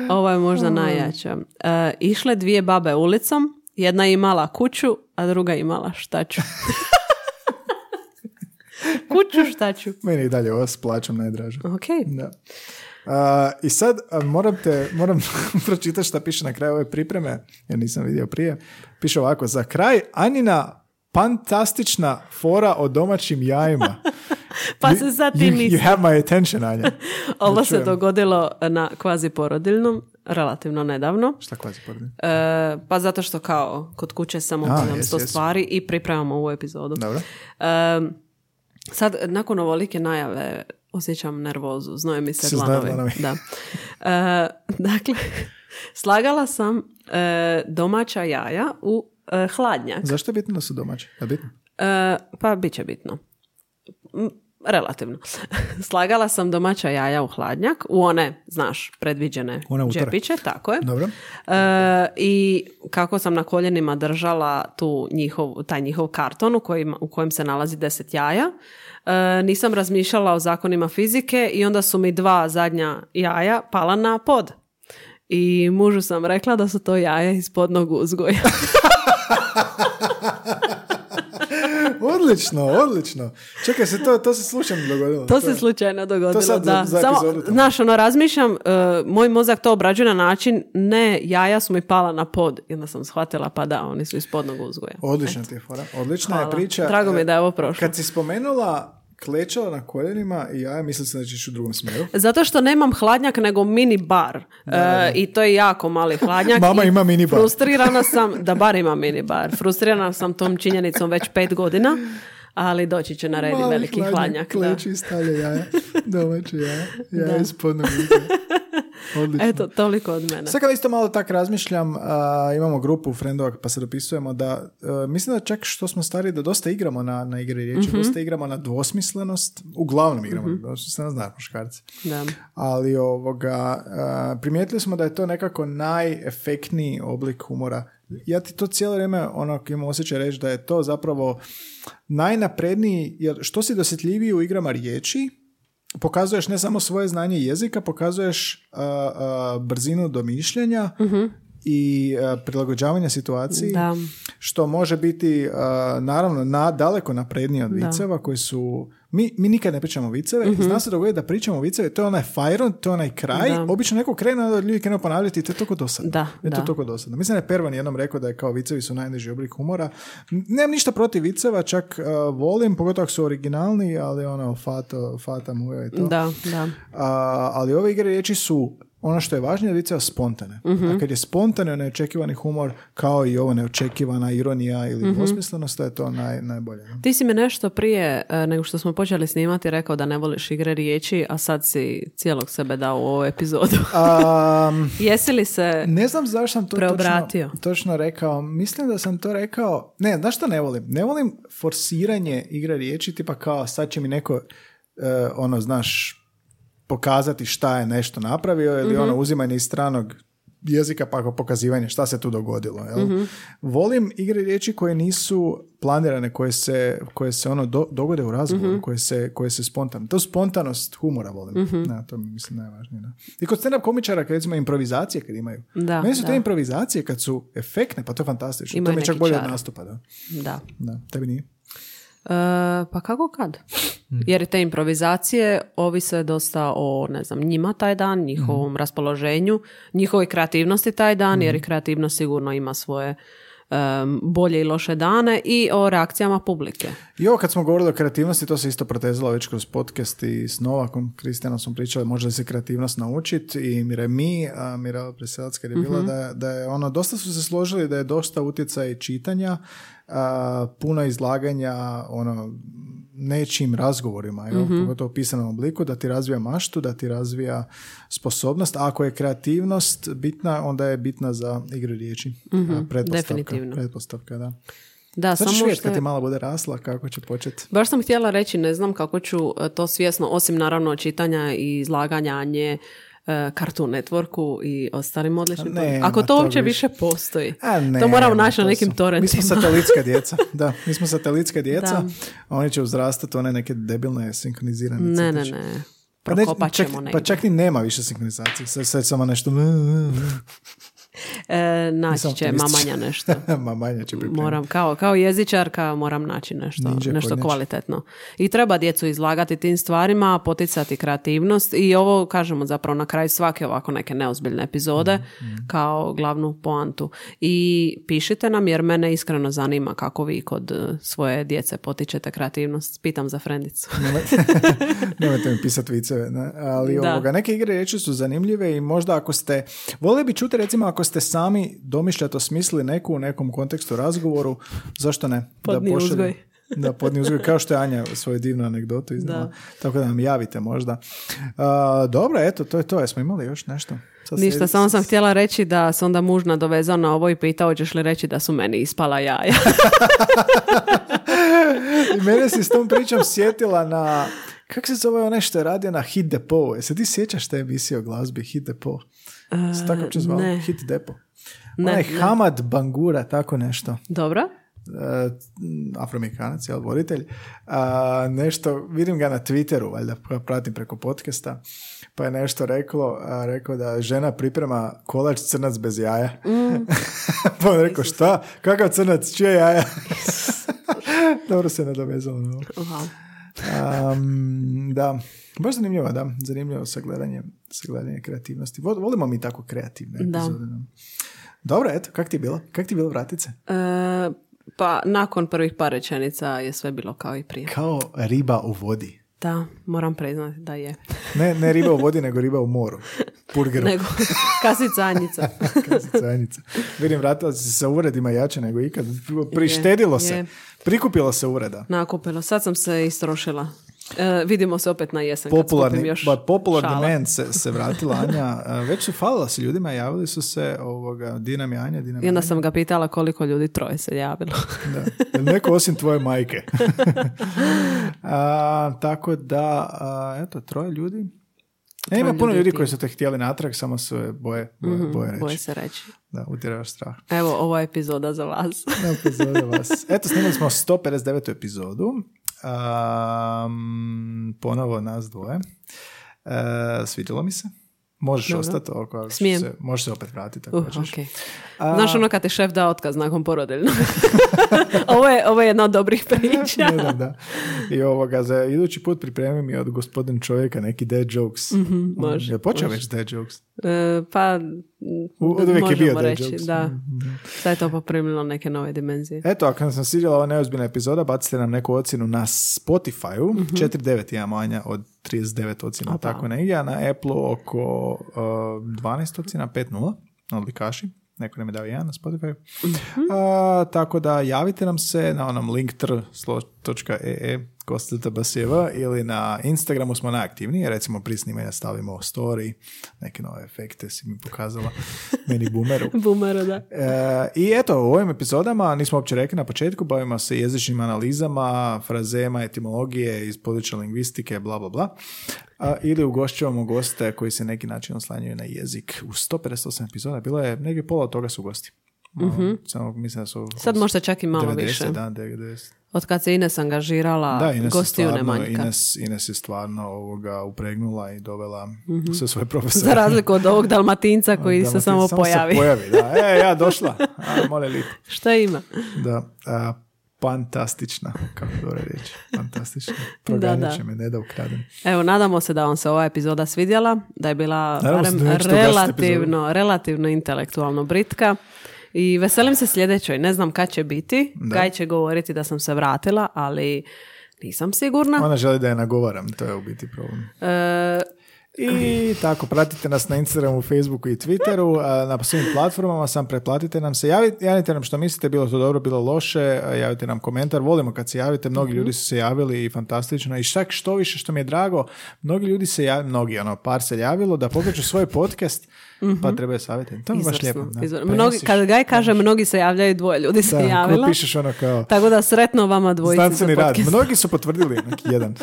ovo je možda najjača. E, išle dvije babe ulicom, jedna je imala kuću, a druga je imala
[laughs]
štaču. kuću štaču.
Meni je i dalje ovo s plaćom najdraže.
Ok.
Da. A, I sad a, moram te, moram [laughs] pročitati šta piše na kraju ove pripreme, jer nisam vidio prije. Piše ovako, za kraj Anina fantastična fora o domaćim jajima.
[laughs] Pa
You-
se sad ti
you- You
nisi.
have my attention,
[laughs]
Anja.
Ovo
Da
se
čujem.
dogodilo na kvazi porodiljnom, relativno nedavno.
Šta kvazi porodi?
E, pa zato što kao kod kuće samo
A,
obavljam
jes,
sto
jes.
stvari i pripremamo ovu epizodu.
Dobro.
E, sad, nakon ovolike najave osjećam nervozu, znoje mi se
Se znaju dlanovi.
dlanovi. Da. E, dakle, slagala sam e, domaća jaja u e, hladnjak.
Zašto je bitno da su domaći? Je li bitno?
E, pa bit će bitno. M, Relativno. [laughs] Slagala sam domaća jaja u hladnjak, u one, znaš, predviđene
One utore.
džepiće, tako je.
Dobro.
E, I kako sam na koljenima držala tu njihov, taj njihov karton u, kojim, u kojem se nalazi 10 jaja, e, nisam razmišljala o zakonima fizike i onda su mi dva zadnja jaja pala na pod. I mužu sam rekla da su to jaja iz podnog
[laughs]
uzgoja.
Odlično, odlično. Čekaj se, to, to se slučajno dogodilo.
To se slučajno dogodilo,
to sad za-
da.
za
Samo,
epizodu tamo.
znaš, ono, razmišljam, e, moj mozak to obrađuje na način, ne, jaja su mi pala na pod. I onda sam shvatila, pa da, oni su iz podnog uzgoja.
Odlična ti je fora. Odlična
Hvala.
je priča.
Drago mi je da je ovo prošlo.
Kad si spomenula klečala na koljenima i ja mislim sam da ćeš u drugom smjeru.
Zato što nemam hladnjak, nego mini bar. E, I to je jako mali hladnjak.
Mama
i
ima mini bar. [laughs]
Frustrirana sam, da bar ima mini bar. Frustrirana sam tom činjenicom već pet godina, ali doći će na red i
Mali
veliki hladnjak. da. [laughs]
Kleči i stavlja jaja. Domaće jaja. Jaja
Da. [laughs]
iz podnog uza. Odlično.
Eto, toliko od mene.
Sve kad isto malo tak razmišljam, a, imamo grupu friendova pa se dopisujemo da, e, mislim da čak što smo stari da dosta igramo na, na igre
Mhm.
riječi, dosta igramo na dvosmislenost, uglavnom igramo na dvosmislenost, znaš muškarci.
Da.
Ali ovoga, e, primijetili smo da je to nekako najefektniji oblik humora. Ja ti to cijelo vrijeme ono, imam osjećaj reći da je to zapravo najnapredniji, jer što si dosjetljiviji u igrama riječi, pokazuješ ne samo svoje znanje jezika, pokazuješ a, a, brzinu domišljanja i a, prilagođavanja situaciji,
Da.
što može biti a, naravno na, daleko naprednije od viceva koji su... Mi, mi nikad ne pričamo viceve,
Mhm.
zna se dogoditi da pričamo viceve, to je onaj fajron, to je onaj kraj,
Da.
obično neko krene, onda ljudi krenu ponavljati i to je toliko dosadno.
Da,
je to
da.
toliko dosadno. Mislim da je Pervan jednom rekao da je kao vicevi su najniži oblik humora. N- Nemam ništa protiv viceva, čak a, volim, pogotovo ako su originalni, ali ono, fato, fata mujo i to.
Da, da.
A, ali ove igre riječi su ono što je važnije da je spontane. A kad je spontane, neočekivani humor, kao i ovo neočekivana ironija ili dvosmislenost, to je to naj, najbolje. ne?
Ti si mi nešto prije e, nego što smo počeli snimati rekao da ne voliš igre riječi, a sad si cijelog sebe dao u ovu
[laughs]
epizodu.
Am,
Jesi li se...
ne znam zašto sam to točno,
Preobratio.
točno rekao. Mislim da sam to rekao... Ne, znaš što ne volim? Ne volim forsiranje igre riječi, tipa kao sad će mi neko, e, ono, znaš, pokazati šta je nešto napravio
Mhm.
ili ono uzimanje iz stranog jezika pa ako pokazivanje šta se tu dogodilo. Jel?
Mhm.
Volim igre riječi koje nisu planirane, koje se, koje se ono do- dogode u razgovoru,
Mhm.
koje, se, koje se spontano. To spontanost humora volim.
Mhm.
Da, to mi mislim najvažnije. da. I kod stand-up komičara kad recimo improvizacije kad imaju.
Da,
Meni su te
da.
improvizacije kad su efektne, pa to je fantastično.
Imaju
to mi je čak
neki
bolje od
čar.
nastupa. Da.
Da.
da. Tebi nije.
E, pa kako kad?
Mm.
Jer te improvizacije ovise dosta o, ne znam, njima taj dan, njihovom
Mm.
raspoloženju, njihovoj kreativnosti taj dan, jer i kreativnost sigurno ima svoje em, bolje i loše dane i o reakcijama publike.
I ovo kad smo govorili o kreativnosti, to se isto protezalo već kroz podcast i s Novakom Kristijanom smo pričali može li se kreativnost naučiti i Miremi, a Mirela Preselac kad je bila da, da je ono, dosta su se složili da je dosta utjecaj čitanja, a, puno izlaganja ono, nečim razgovorima, jel? pogotovo u pisanom obliku, da ti razvija maštu, da ti razvija sposobnost. A ako je kreativnost bitna, onda je bitna za igre riječi. A, pretpostavka,
definitivno.
Pretpostavka, da.
Da,
Sad ćeš
samo
vidjeti
što
kad
je-
ti malo bude rasla kako će početi.
Baš sam htjela reći, ne znam kako ću e, to svjesno, osim naravno čitanja i izlaganja Anje, e, Cartoon Networku i ostalim odličnim...
A nema
Ako to
tog
uopće
više.
više postoji.
A ne,
to moramo
ne,
naći na
to
nekim
su- Mi smo
[laughs] torrentima.
satelitska djeca, da. Mi smo satelitska djeca,
Da.
a oni će uzrastati one neke debilne sinkronizirane
Ne, ne,
crtiće.
ne.
Pa, ne,
Prokopat
čak,
ćemo
pa
negdje.
čak ni nema više sinkronizacije, sve, sve samo nešto...
E, naći
Nisam
će
optimističan.
mamanja
[laughs]
nešto.
Ma manje će pripremiti.
Moram, kao, kao jezičarka moram naći nešto,
Ninja
nešto
kornjača.
kvalitetno. I treba djecu izlagati tim stvarima, poticati kreativnost i ovo kažemo zapravo na kraj svake ovako neke neozbiljne epizode
Mhm,
kao glavnu poantu. I pišite nam jer mene iskreno zanima kako vi kod eh, svoje djece potičete kreativnost. Pitam za
[laughs]
frendicu.
Nemojte mi pisati viceve, ne? ali
Da.
ovoga, neke igre riječi su zanimljive i možda ako ste, volio bi čuti recimo ako ste sami domišljato smislili neku u nekom kontekstu razgovoru, zašto ne?
Podni
pošalje-
uzgoj.
da, podni uzgoj, kao što je Anja svoju divnu anegdotu iznijela.
Da.
Tako da nam javite možda. A, dobro, eto, to je to. Jesmo imali još nešto? Sad
Ništa,
slijedi-
samo sam htjela reći da se onda muž nadovezao na ovo i pitao ćeš li reći da su meni ispala jaja.
[laughs] I mene si s tom pričom sjetila na... Kak se zove onaj što je radio na Hit Depot? E, se ti sjećaš te emisije o glazbi Hit Depot? Se tako uopće zvalo?
E, ne.
Hit Depot.
Ne,
Onaj
ne.
Hamad Bangura, tako nešto.
Dobro?
E, afroamerikanac, jel, voditelj. A, nešto, vidim ga na Twitteru, valjda pra- pratim preko podcasta, pa je nešto reklo, a, rekao da žena priprema kolač crnac bez jaja.
Mm.
[laughs] pa on rekao, šta? Kakav crnac?
[laughs]
Čije jaja? [laughs] Dobro se nadovezalo na ovo.
Wow.
Am, da, baš zanimljivo, da. Zanimljivo sagledanje, sagledanje kreativnosti. Vo- Volimo mi tako kreativne
Da.
epizode. no. Dobro, eto, kak ti je bilo? Kak ti je bilo vratit se?
E, pa nakon prvih par rečenica je sve bilo kao i prije.
Kao riba u vodi.
Da, moram priznati da je.
Ne, ne riba u vodi, nego riba u moru. Purgeru. [laughs]
Nego [laughs] kasica Anjica.
Kasicajanica. Vidim, vratila si se sa uredima jače nego ikad. Prištedilo se.
je.
Prikupilo se ureda.
Nakupilo. Sad sam se istrošila. E, vidimo se opet na jesen kad skupim
popularni,
još
ba, popularni
šala.
men se, se vratila Anja. A, Već su falila se ljudima, javili su se ovoga, di nam je Anja, di nam
I
je
onda
Anja.
sam ga pitala koliko ljudi troje se javilo. [laughs]
Da. Jel Neko osim tvoje majke. A, tako da, a, eto, troje ljudi. E, ima
Troje
puno
ljudi
ljudi
ti.
koji su te htjeli natrag, samo su je boje, boje, boje reći.
Boje se reći.
Da, utjeraš strah.
Evo, ovo je epizoda za vas.
Epizoda vas. [laughs] Eto, snimili smo 159. epizodu. Um, ponovo nas dvoje. Uh, svidjelo mi se. Možeš
Dobro.
ostati ako ako
Smijem.
se, možeš se opet vratiti ako
Uh,
hoćeš.
ok. Znaš ono kad te šef da otkaz nakon porodiljnog? [laughs] ovo, je, ovo je jedna od dobrih
[laughs]
priča.
Ne znam, da. I ovoga, za idući put pripremi mi od gospodin čovjeka neki dead jokes.
Mhm, može,
Je počeo već dead jokes?
E, pa, m,
od uvijek je bio
možemo
taj
reći,
jokes. Mhm. E.
da. Sad je to poprimilo neke nove dimenzije.
Eto, ako nam sam svidjela ova neozbiljna epizoda, bacite nam neku ocjenu na Spotify-u. 4.9 ima manja od 39 ocjena,
Opa.
tako negdje. A na Apple-u oko uh, 12 ocjena, 5.0, na odlikaši. Neko nam je dao jedan na Spotify. tako da javite nam se na onom linktr.ee kostata basjeva ili na Instagramu smo najaktivniji, recimo prije snimanja stavimo story, neke nove efekte si mi pokazala, meni bumeru.
Bumero, da.
E, I eto, u ovim epizodama, nismo uopće rekli na početku, bavimo se jezičnim analizama, frazema, etimologije iz područja lingvistike, bla, bla, bla. A, ili ugošćavamo goste koji se neki način oslanjaju na jezik. U 158 epizoda bilo je, negdje pola od toga su gosti. Um, Samo mislim da su...
Mhm. Sad možda čak i malo
90,
više.
Da, 90.
Od kad se Ines angažirala,
Da, Ines, je
gostiju ne
stvarno,
manjka.
Ines, Ines je stvarno ovoga upregnula i dovela sve svoje profesore.
Mhm. Za
[laughs]
razliku od ovog dalmatinca koji se
Dalmatin-
samo pojavi.
Se pojavi da. E, ja došla. A, mole lipo.
[laughs] Šta ima?
Da, a, fantastična, kako dobro reći, fantastična.
[laughs] Da, da.
Proganjat će me, ne da ukradem.
Evo, nadamo se da vam se ova epizoda svidjela, da je bila
Nadamo se
barem
da nećete ugasiti
relativno, relativno intelektualno britka. I veselim se sljedećoj, ne znam kad će biti, kaj će govoriti da sam se vratila, ali nisam sigurna.
Ona želi da je nagovaram, to je u biti problem.
E,
I tako, pratite nas na Instagramu, Facebooku i Twitteru, a, na svim platformama, sam preplatite nam se, javite, javite nam što mislite, bilo to dobro, bilo loše, a, javite nam komentar, volimo kad se javite, mnogi
Mhm.
ljudi su se javili i fantastično, i čak što više što mi je drago, mnogi ljudi se javili, mnogi, ono, par se javilo da pokreću svoj podcast, pa trebaju savjeti. To je baš
Mhm. izvrsno,
lijepo. da.
izvrsno.
Pa
Mnogi,
nosiš.
kad Gaj kaže, mnogi se javljaju, dvoje ljudi se
[laughs] Da, ko
javila.
pišeš ono kao...
Tako da sretno vama dvojici za
Znanstveni rad.
podcast.
Mnogi su potvrdili
[laughs]
neki jedan.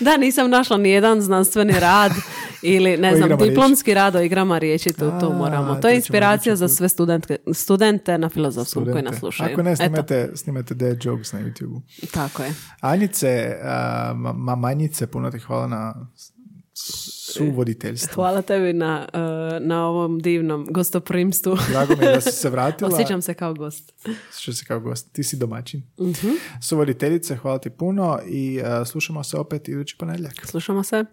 Da, nisam našla ni jedan znanstveni rad
[laughs]
ili
O
ne znam,
igrama
diplomski rad o igrama riječi, to, to
A,
moramo.
to
To je
ćemo
inspiracija
idući
za sve studentke, studente na filozofskom koji nas
Studente.
slušaju.
Ako ne,
Eto,
snimate, snimate dead jokes na YouTube.
tako je.
Anjice, a, ma- mamanjice, puno ti hvala na s- suvoditeljstvu.
Hvala tebi na, eh, na ovom divnom gostoprimstvu.
Drago mi je da si
[laughs]
se vratila.
Osjećam se kao gost.
Što se kao gost. Ti si domaćin.
Mhm.
Suvoditeljice, hvala ti puno i a, slušamo se opet idući ponedjeljak.
Slušamo se.